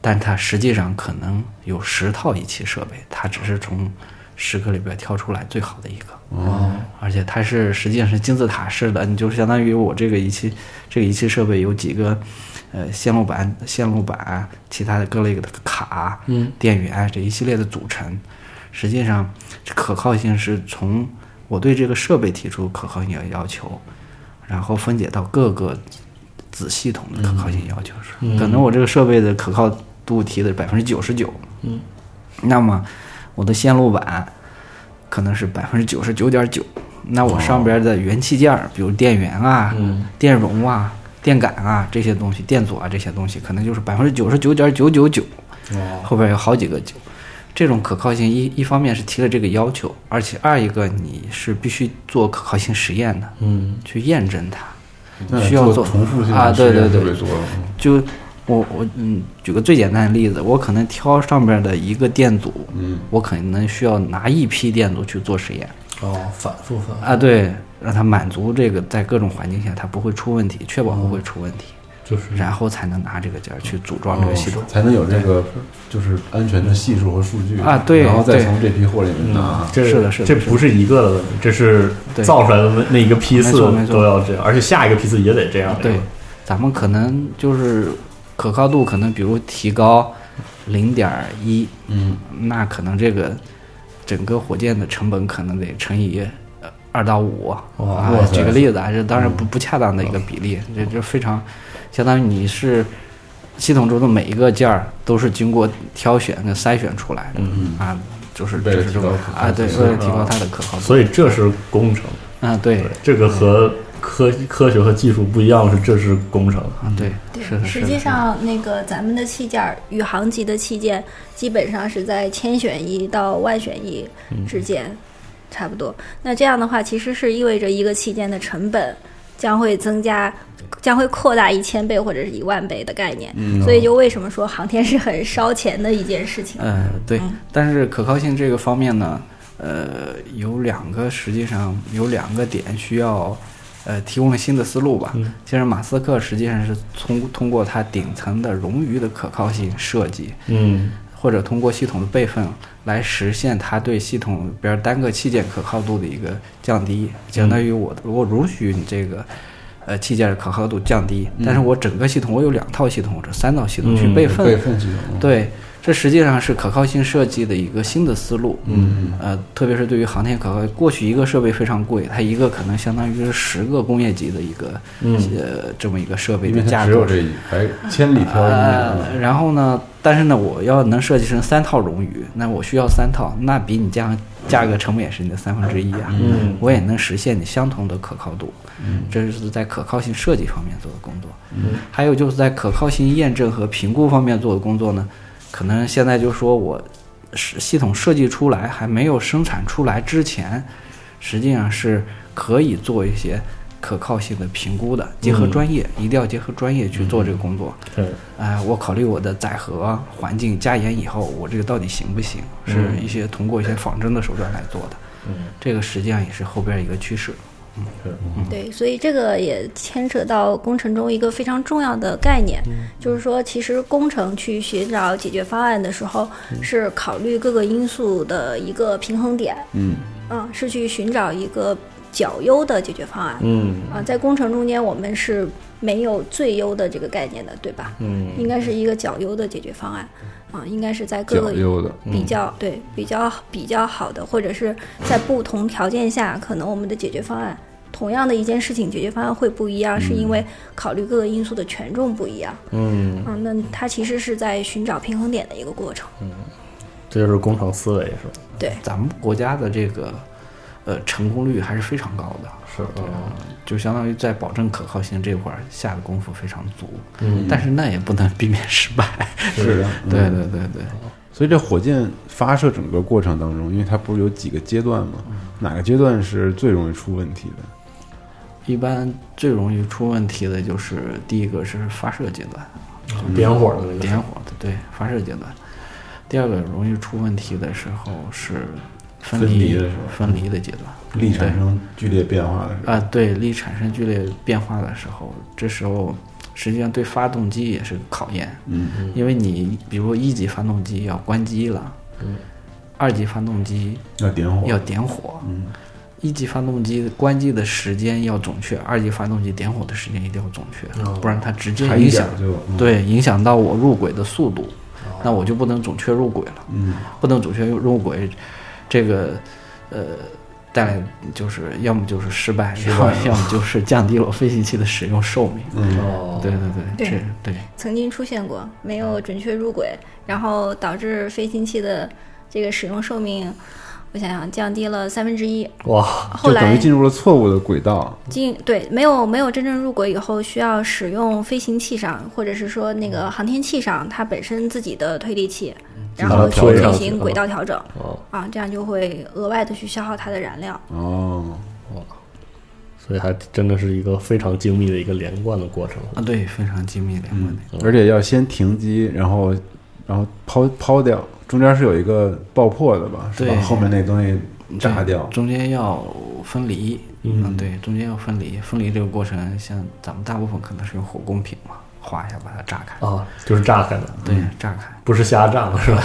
[SPEAKER 8] 但它实际上可能有十套仪器设备，它只是从十个里边挑出来最好的一个。哦，而且它是实际上是金字塔式的，你就相当于我这个仪器，这个仪器设备有几个，呃，线路板、线路板，其他的各类的卡，嗯，电源这一系列的组成，实际上可靠性是从我对这个设备提出可靠性的要求，然后分解到各个子系统的可靠性要求是，可能我这个设备的可靠度提的百分之九十九，嗯，那么我的线路板可能是百分之九十九点九，那我上边的元器件儿，比如电源啊、电容啊、电感啊这些东西，电阻啊这些东西，可能就是百分之九十九点九九九，
[SPEAKER 6] 哦
[SPEAKER 8] 后边有好几个九。这种可靠性一一方面是提了这个要求，而且二一个你是必须做可靠性实验的，嗯，去验证它，
[SPEAKER 5] 那
[SPEAKER 8] 需要
[SPEAKER 5] 做重复性的
[SPEAKER 8] 啊，对
[SPEAKER 5] 实
[SPEAKER 8] 对
[SPEAKER 5] 验特
[SPEAKER 8] 对
[SPEAKER 5] 别，多，嗯
[SPEAKER 8] 就我我嗯，举个最简单的例子，我可能挑上边的一个电阻，
[SPEAKER 5] 嗯，
[SPEAKER 8] 我可能需要拿一批电阻去做实验
[SPEAKER 6] 哦，反复反复
[SPEAKER 5] 哦
[SPEAKER 8] 啊，对，让它满足这个在各种环境下它不会出问题，确保不会出问题。
[SPEAKER 6] 就是
[SPEAKER 8] 然后才能拿这个件儿去组装这个系统。
[SPEAKER 5] 才能有这个就是安全的系数和数据
[SPEAKER 8] 啊对
[SPEAKER 5] 然后再
[SPEAKER 8] 对
[SPEAKER 5] 从这批货里面拿
[SPEAKER 6] 这
[SPEAKER 8] 是的是的
[SPEAKER 6] 这
[SPEAKER 8] 是的
[SPEAKER 6] 不是一个的问题，这是
[SPEAKER 8] 对
[SPEAKER 6] 造出来的问那一个批次
[SPEAKER 8] 没错没错
[SPEAKER 6] 都要这样，而且下一个批次也得这
[SPEAKER 5] 哦
[SPEAKER 6] 样。
[SPEAKER 8] 对，咱们可能就是可靠度，可能比如提高零点一，
[SPEAKER 5] 嗯，
[SPEAKER 8] 那可能这个整个火箭的成本可能得乘以呃二到五啊
[SPEAKER 5] 哇。塞嗯
[SPEAKER 8] 举个例子啊，这当然不不恰当的一个比例，这这非常相当于你是系统中的每一个件儿都是经过挑选跟筛选出来的
[SPEAKER 5] 嗯
[SPEAKER 8] 啊，就是
[SPEAKER 5] 为了
[SPEAKER 8] 就是这么
[SPEAKER 5] 提高可靠
[SPEAKER 8] 啊，对，
[SPEAKER 5] 性
[SPEAKER 8] 为了提高它的可靠度
[SPEAKER 6] 所以这是工程，
[SPEAKER 8] 啊，对
[SPEAKER 6] 对，这个和科科学和技术不一样，是这是工程。
[SPEAKER 8] 啊对，
[SPEAKER 7] 对
[SPEAKER 8] 是的，
[SPEAKER 7] 实
[SPEAKER 8] 是的
[SPEAKER 7] 际
[SPEAKER 8] 是的
[SPEAKER 7] 上那个咱们的器件儿，宇航级的器件，基本上是在千选一到万选一
[SPEAKER 8] 嗯
[SPEAKER 7] 之间，差不多。那这样的话，其实是意味着一个器件的成本将会增加。将会扩大一千倍或者是一万倍的概念，
[SPEAKER 8] 嗯
[SPEAKER 7] 所
[SPEAKER 8] 哦
[SPEAKER 7] 以就为什么说航天是很烧钱的一件事情？
[SPEAKER 8] 呃，对，但是可靠性这个方面呢，呃，有两个实际上有两个点需要，呃，提供了新的思路吧。其实马斯克实际上是通通过他顶层的冗余的可靠性设计，
[SPEAKER 6] 嗯，
[SPEAKER 8] 或者通过系统的备份来实现它对系统，比如单个器件可靠度的一个降低，相当于我我容许你这个。呃，器件的可靠度降低，但是我整个系统我有两套系统或者三套系统去
[SPEAKER 6] 嗯
[SPEAKER 8] 备份，
[SPEAKER 5] 备份系统，
[SPEAKER 8] 对，这实际上是可靠性设计的一个新的思路。
[SPEAKER 5] 嗯，
[SPEAKER 8] 呃，特别是对于航天可靠，过去一个设备非常贵，它一个可能相当于是十个工业级的一个、呃这么一个设备
[SPEAKER 5] 嗯因
[SPEAKER 8] 的
[SPEAKER 5] 为它
[SPEAKER 8] 价
[SPEAKER 5] 只有
[SPEAKER 8] 格。
[SPEAKER 5] 这一百千里挑一
[SPEAKER 8] 呃，
[SPEAKER 5] 嗯
[SPEAKER 8] 然后呢？但是呢，我要能设计成三套冗余，那我需要三套，那比你价价格成本也是你的三分之一啊。
[SPEAKER 6] 嗯
[SPEAKER 8] 我也能实现你相同的可靠度，这是在可靠性设计方面做的工作。还有就是在可靠性验证和评估方面做的工作呢，可能现在就说我是系统设计出来还没有生产出来之前，实际上是可以做一些可靠性的评估的，结合专业，一定要结合专业去做这个工作。
[SPEAKER 6] 对，
[SPEAKER 8] 哎，我考虑我的载荷环境加盐以后，我这个到底行不行？是一些通过一些仿真的手段来做的。
[SPEAKER 6] 嗯，
[SPEAKER 8] 这个实际上也是后边一个趋势。
[SPEAKER 7] 对，所以这个也牵扯到工程中一个非常重要的概念，
[SPEAKER 5] 嗯
[SPEAKER 7] 就是说，其实工程去寻找解决方案的时候，
[SPEAKER 5] 嗯
[SPEAKER 7] 是考虑各个因素的一个平衡点，
[SPEAKER 5] 嗯，
[SPEAKER 7] 嗯，是去寻找一个较优的解决方案。
[SPEAKER 6] 嗯
[SPEAKER 7] 啊，在工程中间，我们是没有最优的这个概念的，对吧？
[SPEAKER 6] 嗯，
[SPEAKER 7] 应该是一个较优的解决方案，啊，应该是在
[SPEAKER 5] 嗯
[SPEAKER 7] 各
[SPEAKER 5] 较
[SPEAKER 7] 个
[SPEAKER 5] 优的，
[SPEAKER 7] 比较对比较比较好的，或者是在不同条件下，可能我们的解决方案，同样的一件事情，解决方案会不一样，是因
[SPEAKER 5] 嗯
[SPEAKER 7] 为考虑各个因素的权重不一样。
[SPEAKER 6] 嗯，
[SPEAKER 7] 嗯，那它其实是在寻找平衡点的一个过程。
[SPEAKER 5] 嗯
[SPEAKER 6] 这就是工程思维，是吧？
[SPEAKER 7] 对，
[SPEAKER 8] 咱们国家的这个呃成功率还是非嗯常高的，
[SPEAKER 6] 是的，
[SPEAKER 8] 就相当于在保证可靠性这块儿下的功夫非常足。嗯，但是那也不能避免失败。
[SPEAKER 5] 是的，
[SPEAKER 8] 对对对对，
[SPEAKER 5] 所以这火箭发射整个过程当中，因为它不是有几个阶段吗？
[SPEAKER 8] 嗯
[SPEAKER 5] 哪个阶段是最容易出问题的？
[SPEAKER 8] 一般最容易出问题的就是第一个是发射阶段，
[SPEAKER 6] 点火的那个
[SPEAKER 8] 点火的，对，发射阶段。第二个容易出问题的时候是分
[SPEAKER 5] 分离
[SPEAKER 8] 离
[SPEAKER 5] 的时候
[SPEAKER 8] 分离的阶段，
[SPEAKER 5] 力产生剧烈变化的时候，
[SPEAKER 8] 啊，对力产生剧烈变化的时候，这时候实际上对发动机也是个考验，
[SPEAKER 5] 嗯，
[SPEAKER 8] 因为你比如一级发动机要关机了，二级发动机
[SPEAKER 5] 要点火，
[SPEAKER 8] 要点火，
[SPEAKER 5] 嗯
[SPEAKER 8] 一级发动机关机的时间要准确，二级发动机点火的时间一定要准确，不然它直接
[SPEAKER 5] 差一
[SPEAKER 8] 影
[SPEAKER 5] 点
[SPEAKER 8] 响
[SPEAKER 5] 儿就嗯
[SPEAKER 8] 对影响到我入轨的速度，那我就不能准确入轨了。
[SPEAKER 5] 嗯，
[SPEAKER 8] 不能准确入轨，这个呃带来就是要么就是失败，要么要么就是降低了飞行器的使用寿命。
[SPEAKER 5] 嗯，
[SPEAKER 6] 哦
[SPEAKER 8] 对对对，
[SPEAKER 7] 对
[SPEAKER 8] 这对
[SPEAKER 7] 曾经出现过没
[SPEAKER 5] 嗯
[SPEAKER 7] 有准确入轨，然后导致飞行器的这个使用寿命，我想想降低了三分之一。
[SPEAKER 6] 哇，
[SPEAKER 7] 后
[SPEAKER 5] 就等
[SPEAKER 7] 来
[SPEAKER 5] 于进入了错误的轨道，
[SPEAKER 7] 进对没有没有真正入轨以后，需要使用飞行器上，或者是说那个航天器上它本身自己的推力器，然后去
[SPEAKER 6] 把它推
[SPEAKER 7] 进
[SPEAKER 6] 上去
[SPEAKER 7] 行轨道调整
[SPEAKER 6] 哦，
[SPEAKER 7] 啊，这样就会额外的去消耗它的燃料。
[SPEAKER 5] 哦，
[SPEAKER 6] 所以还真的是一个非常精密的一个连贯的过程。
[SPEAKER 8] 啊对，非常精密连贯的。
[SPEAKER 5] 而且要先停机，然后然后抛抛掉，中间是有一个爆破的吧？是吧
[SPEAKER 8] 对
[SPEAKER 5] 后面那东西炸
[SPEAKER 8] 对
[SPEAKER 5] 掉，
[SPEAKER 8] 中间要分离。啊
[SPEAKER 6] 嗯
[SPEAKER 8] 对，中间要分离，分离这个过程，像咱们大部分可能是用火工品嘛，哗一下把它炸开。
[SPEAKER 6] 啊，就是炸开的，
[SPEAKER 8] 对，
[SPEAKER 5] 嗯
[SPEAKER 8] 炸开
[SPEAKER 6] 不是瞎炸的是吧？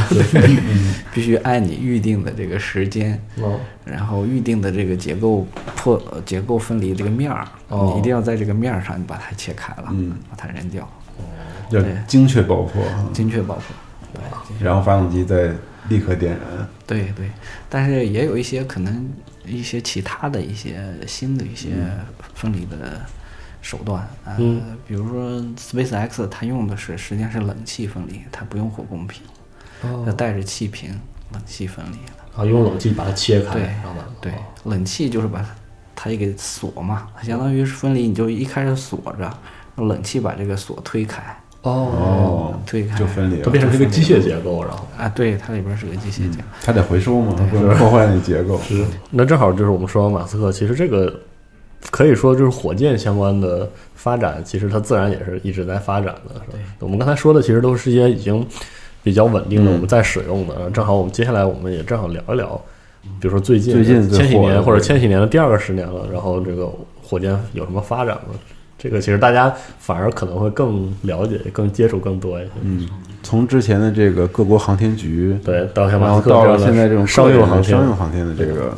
[SPEAKER 8] 必须按你预定的这个时间，
[SPEAKER 6] 哦，
[SPEAKER 8] 然后预定的这个结构破呃结构分离这个面儿，
[SPEAKER 6] 哦
[SPEAKER 8] 你一定要在这个面儿上你把它切开了，
[SPEAKER 5] 嗯
[SPEAKER 8] 把它扔掉，
[SPEAKER 5] 要
[SPEAKER 8] 对
[SPEAKER 5] 精确爆破，
[SPEAKER 8] 精确爆破。
[SPEAKER 5] 嗯然后发动机再立刻点燃。
[SPEAKER 8] 对对，但是也有一些可能一些其他的一些新的一些分离的手段，呃，
[SPEAKER 6] 嗯
[SPEAKER 8] 比如说 SpaceX 它用的是实际上是冷气分离，它不用火供瓶，它
[SPEAKER 6] 哦
[SPEAKER 8] 带着气瓶冷气分离了。
[SPEAKER 6] 啊，用冷气把它切开，
[SPEAKER 8] 对
[SPEAKER 6] 然后把它
[SPEAKER 8] 对
[SPEAKER 6] 哦，
[SPEAKER 8] 冷气就是把它它也给锁嘛，它相当于是分离，你就一开始锁着，冷气把这个锁推开
[SPEAKER 5] 哦，
[SPEAKER 8] 推开
[SPEAKER 5] 就分离
[SPEAKER 6] 它
[SPEAKER 5] 了，嗯
[SPEAKER 6] 变成这个机械结构，然后
[SPEAKER 8] 啊，对，它里边是个机
[SPEAKER 6] 嗯
[SPEAKER 8] 械结构。
[SPEAKER 5] 它得回收嘛，不能破坏那结构。
[SPEAKER 6] 是，那正好就是我们说马斯克，其实这个可以说就是火箭相关的发展，其实它自然也是一直在发展的。是吧我们刚才说的其实都是一些已经比较稳定的，
[SPEAKER 5] 嗯
[SPEAKER 6] 我们在使用的。然后正好我们接下来我们也正好聊一聊，比如说最近
[SPEAKER 5] 最近最
[SPEAKER 6] 千禧
[SPEAKER 5] 火的
[SPEAKER 6] 年或者千禧年的第二个十年了，然后这个火箭有什么发展吗？这个其实大家反而可能会更了解、更接触更多一些。
[SPEAKER 5] 嗯，从之前的这个各国航天局，
[SPEAKER 6] 对，到像
[SPEAKER 5] 然
[SPEAKER 6] 马
[SPEAKER 5] 后
[SPEAKER 6] 斯克这
[SPEAKER 5] 到了
[SPEAKER 6] 样的
[SPEAKER 5] 现在这种
[SPEAKER 6] 商
[SPEAKER 5] 个
[SPEAKER 6] 用
[SPEAKER 5] 人
[SPEAKER 6] 航天，
[SPEAKER 5] 商用航天的这个，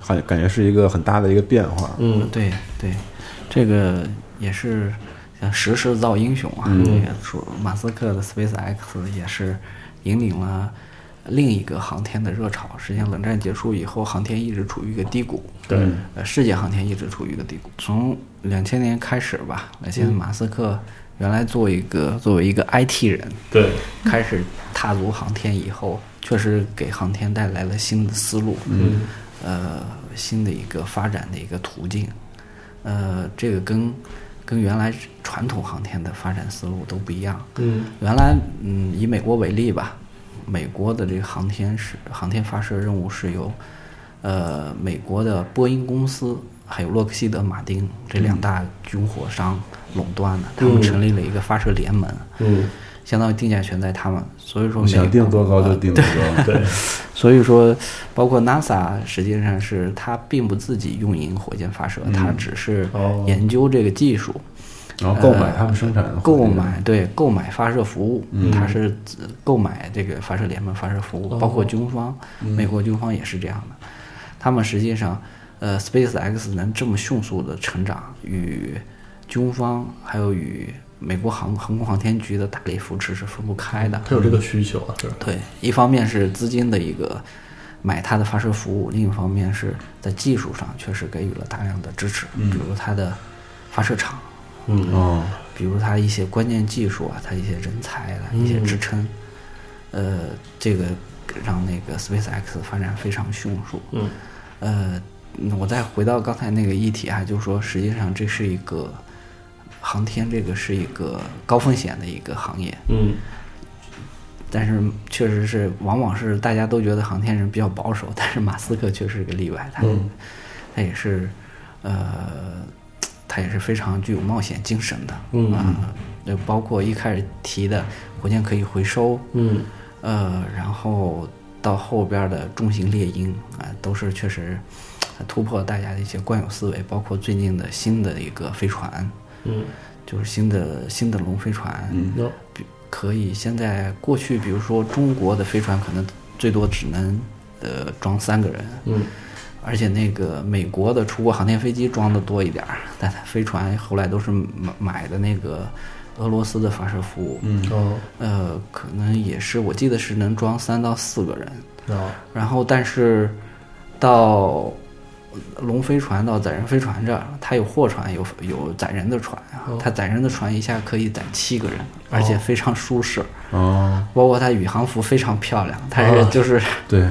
[SPEAKER 5] 很感觉是一个很大的一个变化。
[SPEAKER 6] 嗯，
[SPEAKER 8] 对对，这个也是像时势造英雄啊。这个说马斯克的 SpaceX 也是引领了另一个航天的热潮。实际上，冷战结束以后，航天一直处于一个低谷。
[SPEAKER 6] 对，
[SPEAKER 8] 呃，世界航天一直处于一个低谷。从两千年开始吧，两千马斯克原来作为一个作为一个 IT 人，
[SPEAKER 6] 对，
[SPEAKER 8] 开始踏足航天以后，确实给航天带来了新的思路，嗯，呃，新的一个发展的一个途径，呃，这个跟跟原来传统航天的发展思路都不一样，
[SPEAKER 6] 嗯，
[SPEAKER 8] 原来嗯以美国为例吧，美国的这个航天是航天发射任务是由呃美国的波音公司还有洛克希德马丁这两大军火商垄断的，他
[SPEAKER 5] 嗯
[SPEAKER 8] 们成立了一个发射联盟，
[SPEAKER 6] 嗯，
[SPEAKER 8] 相当于定价权在他们，所以说
[SPEAKER 5] 我想
[SPEAKER 8] 美，
[SPEAKER 5] 定多高就定多高，
[SPEAKER 6] 对，
[SPEAKER 8] 所以说包括 NASA 实际上是它并不自己运营火箭发射，
[SPEAKER 5] 嗯
[SPEAKER 8] 它只是
[SPEAKER 6] 哦
[SPEAKER 8] 研究这个技术，呃
[SPEAKER 5] 然后购买
[SPEAKER 6] 呃
[SPEAKER 5] 他们生产的，嗯
[SPEAKER 8] 购买对购买发射服务，它是呃购买这个发射联盟发射服务，
[SPEAKER 5] 哦
[SPEAKER 8] 包括军方，
[SPEAKER 5] 嗯
[SPEAKER 8] 美国军方也是这样的。他们实际上，呃，SpaceX 能这么迅速的成长，与军方还有与美国航航空航天局的大力扶持是分不开
[SPEAKER 5] 嗯
[SPEAKER 8] 的。
[SPEAKER 6] 它有这个需求啊，是吧。
[SPEAKER 8] 对，一方面是资金的一个买它的发射服务，另一方面是在技术上确实给予了大量的支持，比如它的发射场，
[SPEAKER 6] 嗯，
[SPEAKER 5] 哦，
[SPEAKER 8] 比如它一些关键技术啊，它一些人才啊，一些支撑，呃，这个让那个 SpaceX 发展非常迅速。
[SPEAKER 6] 嗯，
[SPEAKER 8] 呃，嗯我再回到刚才那个议题啊，就是说，实际上这是一个航天，这个是一个高风险的一个行业，
[SPEAKER 6] 嗯，
[SPEAKER 8] 但是确实是，往往是大家都觉得航天人比较保守，但是马斯克确实是个例外，他、
[SPEAKER 6] 嗯
[SPEAKER 8] 他也是，呃，他也是非常具有冒险精神的，
[SPEAKER 6] 嗯
[SPEAKER 8] 啊，就包括一开始提的火箭可以回收，
[SPEAKER 6] 嗯，
[SPEAKER 8] 呃，然后到后边的重型猎鹰啊、都是确实呃突破大家的一些惯有思维，包括最近的新的一个飞船，
[SPEAKER 6] 嗯，
[SPEAKER 8] 就是新的新的龙飞船，嗯
[SPEAKER 6] 有
[SPEAKER 8] 比可以现在过去，比如说中国的飞船可能最多只能呃装三个人，
[SPEAKER 6] 嗯，
[SPEAKER 8] 而且那个美国的出国航天飞机装的多一点儿，但它飞船后来都是买买的那个俄罗斯的发射服，嗯，
[SPEAKER 6] 哦，
[SPEAKER 8] 呃，可能也是我记得是能装三到四个人，
[SPEAKER 6] 哦，
[SPEAKER 8] 然后但是到龙飞船到载人飞船这儿，它有货船，有有载人的船啊，它载人的船一下可以载七个人，而且非常舒适，
[SPEAKER 5] 哦，
[SPEAKER 8] 包括它宇航服非常漂亮，它是
[SPEAKER 6] 哦
[SPEAKER 8] 就是
[SPEAKER 5] 对，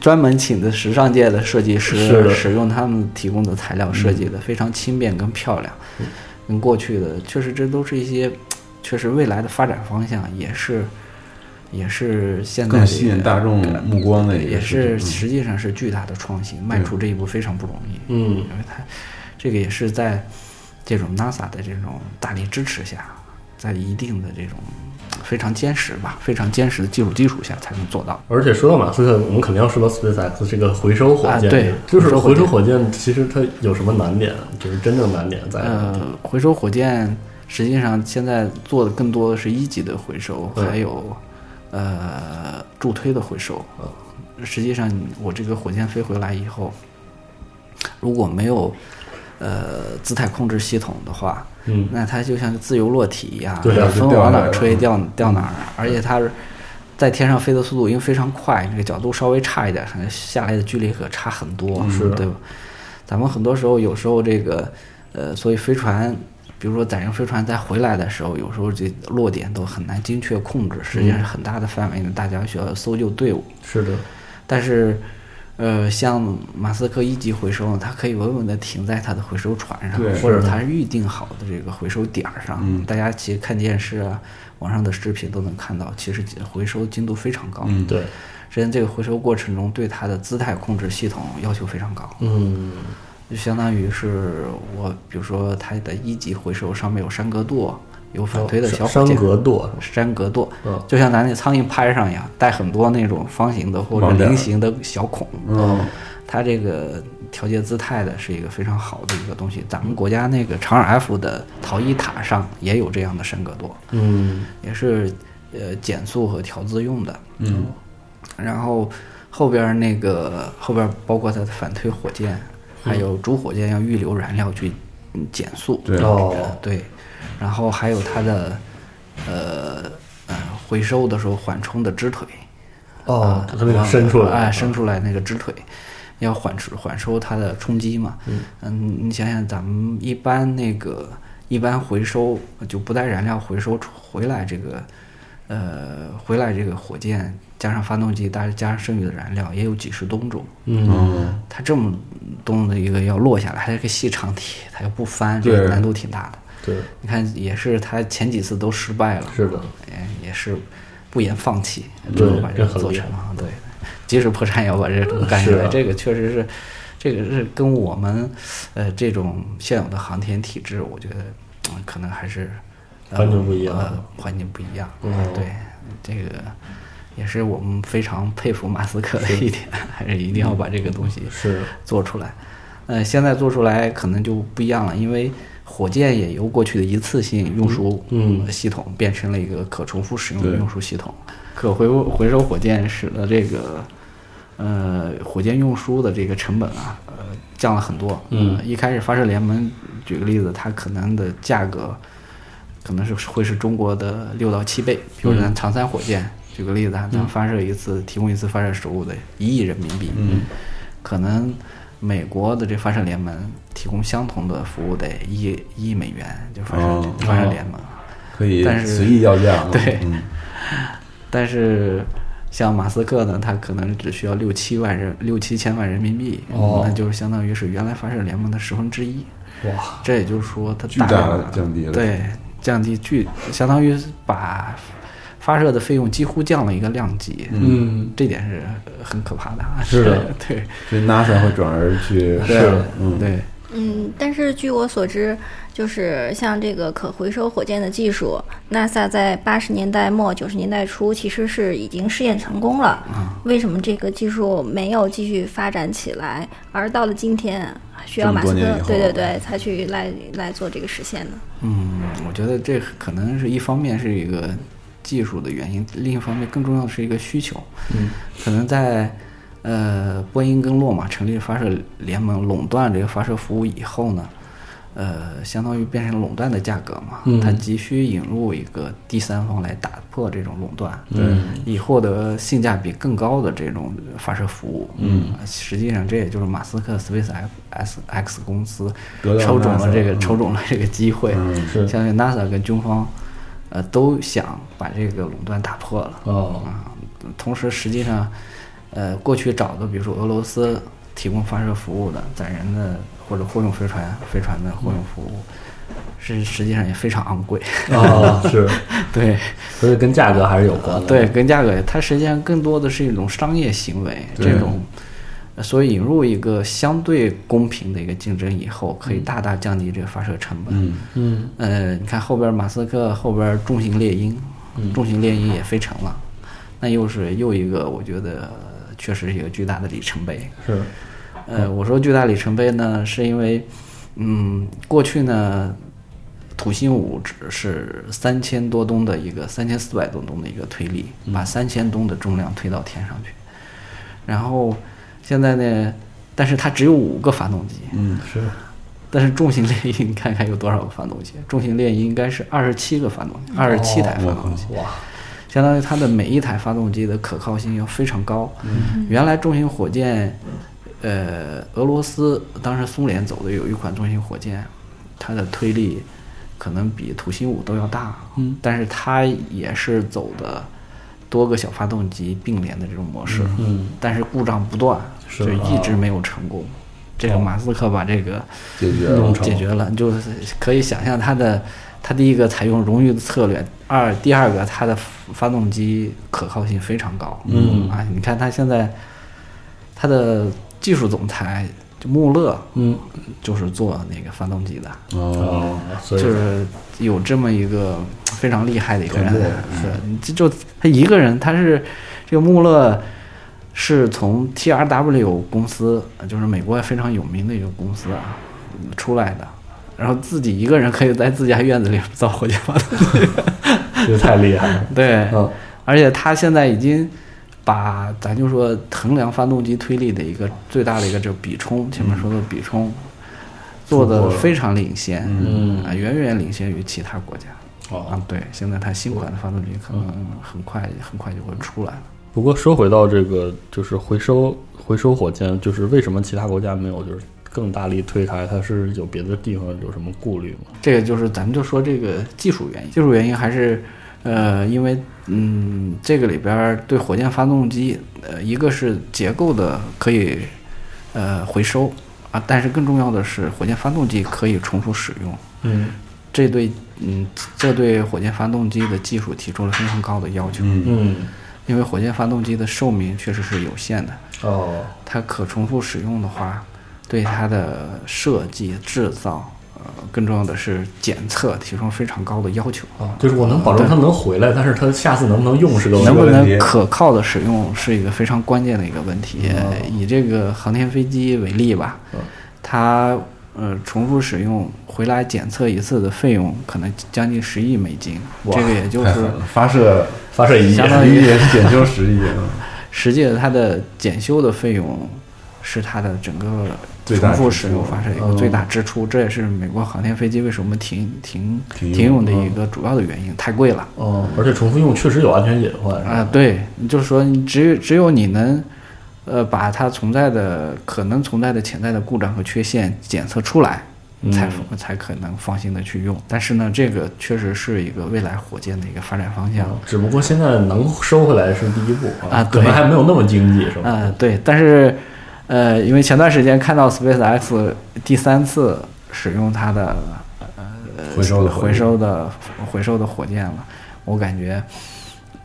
[SPEAKER 8] 专门请的时尚界的设计
[SPEAKER 6] 是
[SPEAKER 8] 师，
[SPEAKER 6] 的
[SPEAKER 8] 使用他们提供的材料设计的非常轻便跟漂亮，
[SPEAKER 5] 嗯
[SPEAKER 8] 跟过去的确实这都是一些，确实未来的发展方向也是。也是现在
[SPEAKER 5] 更
[SPEAKER 8] 的
[SPEAKER 5] 吸
[SPEAKER 8] 一
[SPEAKER 5] 引
[SPEAKER 8] 个
[SPEAKER 5] 大众目光的
[SPEAKER 8] 对，
[SPEAKER 5] 一个
[SPEAKER 8] 也
[SPEAKER 5] 事
[SPEAKER 8] 是
[SPEAKER 5] 情，嗯
[SPEAKER 8] 实际上是巨大的创新，迈出这一步非常不容易。
[SPEAKER 6] 嗯
[SPEAKER 8] 因为它这个也是在这种 NASA 的这种大力支持下，在一定的这种非常坚实吧、非常坚实的技术基础下才能做到。
[SPEAKER 6] 而且说到马斯克，我们肯定要说到 SpaceX 这个回收火箭，
[SPEAKER 8] 啊对
[SPEAKER 6] 就是回
[SPEAKER 8] 回
[SPEAKER 6] 收
[SPEAKER 8] 收
[SPEAKER 6] 火箭，其实它有什么难点？就是真正难点在哪？
[SPEAKER 8] 呃，回收火箭实际上现在做的更多的是一级的回收，还有呃助推的回收。实际上，我这个火箭飞回来以后，如果没有呃姿态控制系统的话，
[SPEAKER 6] 嗯
[SPEAKER 8] 那它就像个自由落体一样，
[SPEAKER 6] 对啊
[SPEAKER 8] 风
[SPEAKER 5] 就掉
[SPEAKER 8] 往
[SPEAKER 5] 下
[SPEAKER 8] 哪
[SPEAKER 5] 来了
[SPEAKER 8] 儿吹掉掉哪儿，而且它在天上飞的速度因为非常快，那个角度稍微差一点，可能下来的距离可差很多，是对吧？咱们很多时候有时候这个呃，所以飞船。比如说载人飞船在回来的时候，有时候这落点都很难精确控制，实际上是很大的范围内，大家需要搜救队伍。
[SPEAKER 6] 是的，
[SPEAKER 8] 但是，呃，像马斯克一级回收呢，它可以稳稳的停在它的回收船上
[SPEAKER 5] 对，
[SPEAKER 8] 或者它预定好的这个回收点儿上。
[SPEAKER 5] 嗯
[SPEAKER 8] 大家其实看电视啊，网上的视频都能看到，其实回收精度非常高。
[SPEAKER 5] 嗯
[SPEAKER 6] 对，
[SPEAKER 8] 实际上，这个回收过程中对它的姿态控制系统要求非常高。
[SPEAKER 6] 嗯，
[SPEAKER 8] 就相当于是我，比如说它的一级回收上面有栅格垛，有反推的小火
[SPEAKER 6] 哦山
[SPEAKER 8] 箭，
[SPEAKER 6] 格垛，
[SPEAKER 8] 山格垛
[SPEAKER 6] 嗯，
[SPEAKER 8] 就像咱那苍蝇拍上一样，带很多那种方形的或者
[SPEAKER 5] 网点
[SPEAKER 8] 菱形的小孔。
[SPEAKER 6] 哦
[SPEAKER 5] 嗯，
[SPEAKER 8] 它这个调节姿态的是一个非常好的一个东西。咱们国家那个长尔 F 的逃逸塔上也有这样的山格垛，
[SPEAKER 6] 嗯
[SPEAKER 8] 也是呃减速和调姿用的。嗯，然后后边儿那个后边儿包括它的反推火箭，还有主火箭要预留燃料去嗯减速。呃
[SPEAKER 5] 对
[SPEAKER 6] 哦
[SPEAKER 8] 对，然后还有它的呃呃回收的时候缓冲的支腿。
[SPEAKER 6] 哦
[SPEAKER 8] 啊，
[SPEAKER 6] 它那个伸出来，
[SPEAKER 8] 哎，伸出来那个直腿，要缓出缓收它的冲击嘛。嗯，你想想，咱们一般那个一般回收就不带燃料回收出回来这个，呃，回来这个火箭加上发动机，大加上剩余的燃料，也有几十吨重。
[SPEAKER 6] 嗯，
[SPEAKER 8] 它这么重的一个要落下来，它是个细长体，它又不翻，这
[SPEAKER 5] 对
[SPEAKER 8] 个难度挺大的。
[SPEAKER 6] 对，
[SPEAKER 8] 你看，也是他前几次都失败了，
[SPEAKER 6] 是的，
[SPEAKER 8] 哎也也是不言放弃，
[SPEAKER 6] 对
[SPEAKER 8] 最后把这
[SPEAKER 6] 这
[SPEAKER 8] 个
[SPEAKER 6] 很
[SPEAKER 8] 做
[SPEAKER 6] 厉
[SPEAKER 8] 成
[SPEAKER 6] 害
[SPEAKER 8] 了。对，即使破产也要把这个干下
[SPEAKER 6] 是
[SPEAKER 8] 来，
[SPEAKER 6] 啊
[SPEAKER 8] 这个确实是，这个是跟我们呃这种现有的航天体制，我觉得、嗯可能还是、呃
[SPEAKER 6] 完全不一样
[SPEAKER 8] 呃环境不一样。
[SPEAKER 6] 嗯
[SPEAKER 8] 对，这个也是我们非常佩服马斯克的一点，还是一定要把这个东西
[SPEAKER 6] 是啊
[SPEAKER 8] 做出来。呃，现在做出来可能就不一样了，因为火箭也由过去的一次性呃运输
[SPEAKER 6] 嗯
[SPEAKER 8] 系统变成了一个可重复使用的
[SPEAKER 5] 对
[SPEAKER 8] 运输系统，可回收回收火箭使得这个呃火箭运输的这个成本啊，呃降了很多。
[SPEAKER 6] 嗯
[SPEAKER 8] 呃一开始发射联盟举个例子，它可能的价格可能是会是中国的六到七倍，比如
[SPEAKER 5] 嗯
[SPEAKER 8] 咱长三火箭。举个例子啊，咱发射一次，提供一次发射食物的一亿人民币，嗯，可能美国的这发射联盟提供相同的服务得一一亿美元，就发射、
[SPEAKER 5] 哦
[SPEAKER 8] 发射联盟。啊
[SPEAKER 5] 可以
[SPEAKER 8] 但是
[SPEAKER 5] 随意要价啊，
[SPEAKER 8] 对
[SPEAKER 5] 嗯
[SPEAKER 8] 但是像马斯克呢，他可能只需要六七万人六七千万人民币，
[SPEAKER 6] 哦
[SPEAKER 8] 那就是相当于是原来发射联盟的十分之一。
[SPEAKER 6] 哇，
[SPEAKER 8] 这也就是说，它
[SPEAKER 5] 巨大
[SPEAKER 8] 量
[SPEAKER 5] 地降低了
[SPEAKER 8] 对，降低巨，相当于把发射的费用几乎降了一个量级。
[SPEAKER 6] 嗯，
[SPEAKER 8] 这点是呃很可怕的啊。
[SPEAKER 6] 是的
[SPEAKER 8] 对，
[SPEAKER 5] 所以 NASA 会转而去
[SPEAKER 6] 是的
[SPEAKER 5] 嗯
[SPEAKER 8] 对，
[SPEAKER 7] 嗯，但是据我所知，就是像这个可回收火箭的技术，NASA 在八十年代末九十年代初其实是已经试验成功了。
[SPEAKER 5] 嗯
[SPEAKER 7] 为什么这个技术没有继续发展起来，而到了今天需要马斯
[SPEAKER 5] 这么多年以
[SPEAKER 7] 克
[SPEAKER 5] 后
[SPEAKER 7] 对对对才去来来做这个实现呢？
[SPEAKER 8] 嗯，我觉得这可能是一方面是一个技术的原因，另一方面更重要的是一个需求。嗯，可能在呃波音跟洛马成立发射联盟垄断这个发射服务以后呢，呃，相当于变成垄断的价格嘛，
[SPEAKER 6] 嗯
[SPEAKER 8] 它急需引入一个第三方来打破这种垄断，
[SPEAKER 6] 嗯，
[SPEAKER 8] 以获得性价比更高的这种发射服务。嗯，实际上这也就是马斯克 Space X X 公司
[SPEAKER 5] 得到
[SPEAKER 8] 抽中
[SPEAKER 5] NASA
[SPEAKER 8] 了这个
[SPEAKER 5] 嗯
[SPEAKER 8] 抽中了这个机会。
[SPEAKER 5] 嗯
[SPEAKER 6] 是
[SPEAKER 8] 相信 NASA 跟军方，呃，都想把这个垄断打破了。
[SPEAKER 6] 哦
[SPEAKER 8] 啊，同时实际上，呃，过去找的，比如说俄罗斯提供发射服务的载人的或者货用飞船、飞船的货用服务，是实际上也非常昂贵。
[SPEAKER 6] 啊，是，
[SPEAKER 8] 对，
[SPEAKER 6] 所以跟价格还是有关的，
[SPEAKER 8] 啊对，，跟价格，它实际上更多的是一种商业行为，这种，呃所以引入一个相对公平的一个竞争以后，可以大大降低这个发射成本。嗯
[SPEAKER 6] 嗯，
[SPEAKER 8] 呃，你看后边马斯克后边重型猎鹰，
[SPEAKER 6] 嗯
[SPEAKER 8] 重型猎鹰也飞成了，那又是又一个我觉得呃确实是一个巨大的里程碑。
[SPEAKER 6] 是，
[SPEAKER 8] 呃，我说巨大里程碑呢，是因为，嗯，过去呢，土星五只是三千多吨的一个三千四百多吨的一个推力，把三千吨的重量推到天上去。然后现在呢，但是它只有五个发动机，
[SPEAKER 5] 嗯，
[SPEAKER 6] 是
[SPEAKER 8] 但是重型猎鹰你看看有多少个发动机？ 重型猎鹰应该是二十七个发动机，二十七台发动机。
[SPEAKER 6] 哇，
[SPEAKER 8] 相当于它的每一台发动机的可靠性要非常高。原来重型火箭，呃，俄罗斯当时苏联走的有一款重型火箭，它的推力可能比土星五都要大，嗯，但是它也是走的多个小发动机并联的这种模式，嗯，啊但是故障不断，
[SPEAKER 6] 是
[SPEAKER 8] 就一直没有成功。这个马斯克把这个
[SPEAKER 5] 解决
[SPEAKER 8] 弄
[SPEAKER 5] 了。
[SPEAKER 8] 解决了，就是可以想象它的，它第一个采用荣誉策略，二第二个它的发动机可靠性非常高。嗯，啊，你看它现在，它的技术总裁就穆勒，嗯，就是做那个发动机的，
[SPEAKER 5] 哦，
[SPEAKER 6] 所以
[SPEAKER 8] 就是有这么一个非常厉害的一个人，
[SPEAKER 5] 团队
[SPEAKER 6] 嗯
[SPEAKER 8] 是就就他一个人，他是这个穆勒是从 T R W 公司，就是美国非常有名的一个公司啊出来的，然后自己一个人可以在自家院子里造火箭发动机，
[SPEAKER 6] 这太厉害了。
[SPEAKER 8] 对，
[SPEAKER 6] 嗯
[SPEAKER 8] 而且他现在已经把咱就说衡量发动机推力的一个最大的一个就是比冲，前面说的比冲。做的非常领先，
[SPEAKER 6] 嗯
[SPEAKER 8] 啊，远远领先于其他国家。
[SPEAKER 6] 哦嗯
[SPEAKER 8] 啊，，对，现在它新款的发动机可能很快很快就会出来了。
[SPEAKER 6] 不过说回到这个，就是回收回收火箭，就是为什么其他国家没有就是更大力推开？它是有别的地方有什么顾虑吗？
[SPEAKER 8] 这个就是咱们就说这个技术原因，技术原因还是，呃，因为嗯，这个里边儿对火箭发动机，呃，一个是结构的可以，呃，回收啊，但是更重要的是火箭发动机可以重复使用，
[SPEAKER 6] 嗯
[SPEAKER 8] 这对嗯，这对火箭发动机的技术提出了非常高的要求，
[SPEAKER 6] 嗯，
[SPEAKER 8] 因为火箭发动机的寿命确实是有限的，
[SPEAKER 6] 哦，
[SPEAKER 8] 它可重复使用的话，对它的设计、制造，呃，更重要的是检测提出非常高的要求。
[SPEAKER 6] 啊，就是我能保证它能回来，但是它下次能不能用是个问
[SPEAKER 8] 能
[SPEAKER 6] 题。
[SPEAKER 8] 不
[SPEAKER 5] 问
[SPEAKER 8] 能
[SPEAKER 5] 题
[SPEAKER 8] 可靠的使用是一个非常关键的一个问题。
[SPEAKER 5] 嗯
[SPEAKER 8] 以这个航天飞机为例吧，它呃重复使用回来检测一次的费用可能将近十亿美金，这个也就
[SPEAKER 5] 太
[SPEAKER 8] 是
[SPEAKER 5] 狠了！ 发射
[SPEAKER 6] 发射一
[SPEAKER 8] 相
[SPEAKER 6] 夜
[SPEAKER 8] 当
[SPEAKER 5] 一
[SPEAKER 8] 于
[SPEAKER 5] 亿检修十亿，
[SPEAKER 8] 实际的它的检修的费用是它的整个
[SPEAKER 5] 最大支出哦
[SPEAKER 8] 重复使用发射一个最大支出，这也是美国航天飞机为什么停停
[SPEAKER 5] 停
[SPEAKER 8] 停
[SPEAKER 5] 用嗯
[SPEAKER 8] 用的一个主要的原因，太贵了。
[SPEAKER 6] 哦，而且重复用确实有安全隐患。
[SPEAKER 8] 啊、对，就是说你只有只有你能，呃，把它存在的可能存在的潜在的故障和缺陷检测出来，
[SPEAKER 5] 嗯
[SPEAKER 8] 才才可能放心的去用。但是呢，这个确实是一个未来火箭的一个发展方向。
[SPEAKER 6] 只不过现在能收回来是第一步
[SPEAKER 8] 啊
[SPEAKER 6] 可
[SPEAKER 8] 对
[SPEAKER 6] 能还没有那么经济，是吧？
[SPEAKER 8] 呃，对，但是，呃，因为前段时间看到 SpaceX 第三次使用它的
[SPEAKER 5] 回收的
[SPEAKER 8] 回收的回收的火箭了，我感觉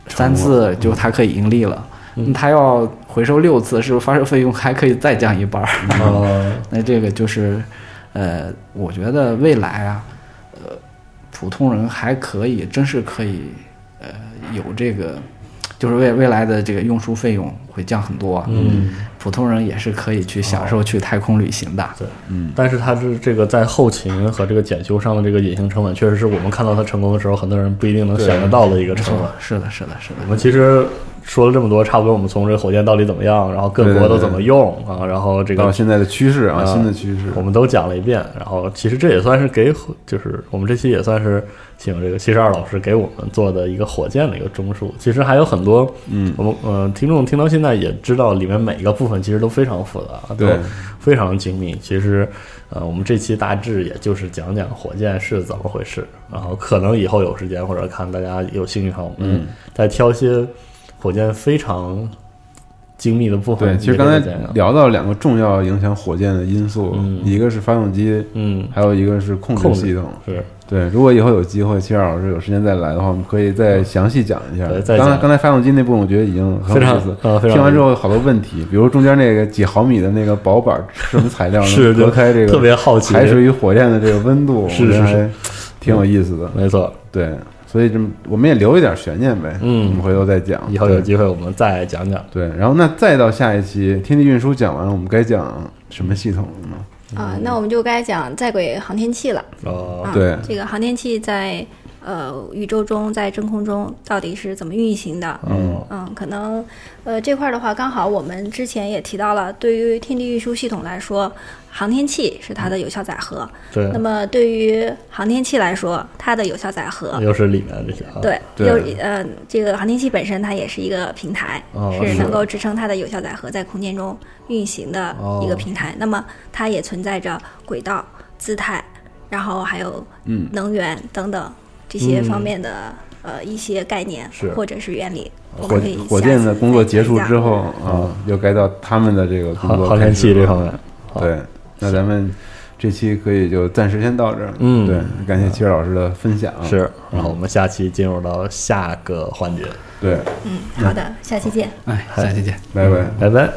[SPEAKER 8] 三次就它可以盈利了。那它要回收六次，是不是发射费用还可以再降一半儿？
[SPEAKER 6] 啊，
[SPEAKER 8] 那这个就是，呃，我觉得未来啊，呃，普通人还可以，真是可以，呃，有这个，就是未未来的这个运输费用会降很多啊。
[SPEAKER 6] 嗯，
[SPEAKER 8] 普通人也是可以去享受去太空旅行的。
[SPEAKER 6] 对，嗯，但是它是这个在后勤和这个检修上的这个隐形成本，确实是我们看到它成功的时候，很多人不一定能想得到的一个
[SPEAKER 8] 没
[SPEAKER 6] 成
[SPEAKER 8] 错
[SPEAKER 6] 本。，
[SPEAKER 8] 是的，是的，是的
[SPEAKER 6] 我。们其实说了这么多，差不多我们从这个火箭到底怎么样，然后各国都怎么用啊，然后这
[SPEAKER 5] 到
[SPEAKER 6] 个
[SPEAKER 5] 现在的趋势啊，
[SPEAKER 6] 啊
[SPEAKER 5] 新的趋势
[SPEAKER 6] 我，们都讲了一遍。然后其实这也算是给火，就是我们这期也算是请这个七十二老师给我们做的一个火箭的一个综述。其实还有很多，嗯，我们呃听众听到现在也知道里面每一个部分其实都非常复杂，都
[SPEAKER 5] 对
[SPEAKER 6] 非常精密。其实呃我们这期大致也就是讲讲火箭是怎么回事，然后可能以后有时间或者看大家有兴趣的话，我
[SPEAKER 5] 嗯
[SPEAKER 6] 们再挑一些火箭非常。精密的部分
[SPEAKER 5] 对，
[SPEAKER 6] 也
[SPEAKER 5] 其实
[SPEAKER 6] 给
[SPEAKER 5] 刚
[SPEAKER 6] 大家
[SPEAKER 5] 才
[SPEAKER 6] 讲讲，
[SPEAKER 5] 聊到两个重要影响火箭的因素，
[SPEAKER 6] 嗯
[SPEAKER 5] 一个是发动机，
[SPEAKER 6] 嗯，
[SPEAKER 5] 还有一个是控
[SPEAKER 6] 控
[SPEAKER 5] 制
[SPEAKER 6] 制
[SPEAKER 5] 系统。
[SPEAKER 6] 是
[SPEAKER 5] 对，如果以后有机会，七二老师有时间再来的话，我们可以再详细讲一下
[SPEAKER 6] 嗯对。再
[SPEAKER 5] 刚才
[SPEAKER 6] 讲
[SPEAKER 5] 刚才发动机那部分，我觉得已经很有
[SPEAKER 6] 非常
[SPEAKER 5] 意思。
[SPEAKER 6] 呃非常
[SPEAKER 5] 听完之后有好多问题，比如中间那个几毫米的那个薄板是什么材料
[SPEAKER 6] 是
[SPEAKER 5] 能
[SPEAKER 6] 就
[SPEAKER 5] 隔开这个
[SPEAKER 6] 特别好奇
[SPEAKER 5] 海水与火焰的这个温度，
[SPEAKER 6] 是
[SPEAKER 5] 我觉得
[SPEAKER 6] 是嗯是
[SPEAKER 5] 还挺有意思的。
[SPEAKER 6] 没错，
[SPEAKER 5] 对，所以这么我们也留一点悬念呗，
[SPEAKER 6] 嗯
[SPEAKER 5] 我们回头再讲。
[SPEAKER 6] 以后有
[SPEAKER 5] 对
[SPEAKER 6] 机会我们再讲讲。
[SPEAKER 5] 对，然后那再到下一期天地运输讲完了，我们该讲什么系统了呢？
[SPEAKER 7] 啊、那我们就该讲在轨航天器了。
[SPEAKER 6] 哦
[SPEAKER 7] 啊，
[SPEAKER 5] 对
[SPEAKER 7] 这个航天器在呃宇宙中，在真空中到底是怎么运行的？
[SPEAKER 5] 嗯
[SPEAKER 7] 嗯，可能呃这块儿的话，刚好我们之前也提到了，对于天地运输系统来说，航天器是它的有效载荷。
[SPEAKER 6] 对
[SPEAKER 7] 那，么对于航天器来说，它的有效载荷。
[SPEAKER 6] 又是里面这些啊，
[SPEAKER 7] 对，
[SPEAKER 5] 对
[SPEAKER 7] 又呃，这个航天器本身它也是一个平台，
[SPEAKER 6] 哦
[SPEAKER 7] 是
[SPEAKER 6] 是
[SPEAKER 7] 能够支撑它的有效载荷在空间中运行的一个
[SPEAKER 6] 哦
[SPEAKER 7] 平台。那么它也存在着轨道、姿态，然后还有
[SPEAKER 5] 嗯
[SPEAKER 7] 能源等等这些
[SPEAKER 6] 嗯
[SPEAKER 7] 方面的、呃一些概念
[SPEAKER 6] 是
[SPEAKER 7] 或者是原理。我
[SPEAKER 5] 呃火
[SPEAKER 7] 们可以
[SPEAKER 5] 火
[SPEAKER 7] 下
[SPEAKER 5] 箭
[SPEAKER 7] 次
[SPEAKER 5] 的工作
[SPEAKER 7] 再
[SPEAKER 5] 结束
[SPEAKER 7] 讲
[SPEAKER 5] 之后啊，又该到他们的这个工
[SPEAKER 6] 航
[SPEAKER 5] 作
[SPEAKER 6] 航天器
[SPEAKER 5] 开
[SPEAKER 6] 这
[SPEAKER 5] 始了啊
[SPEAKER 6] 方面，好
[SPEAKER 5] 对，那咱们这期可以就暂时先到这儿。
[SPEAKER 6] 嗯
[SPEAKER 5] 对，感谢齐老师的分享。啊
[SPEAKER 6] 是，然后我们下期进入到下个环节，
[SPEAKER 5] 对，
[SPEAKER 7] 嗯，好的，下期见。
[SPEAKER 8] 哎，下期见。
[SPEAKER 5] 拜拜。
[SPEAKER 6] 拜拜。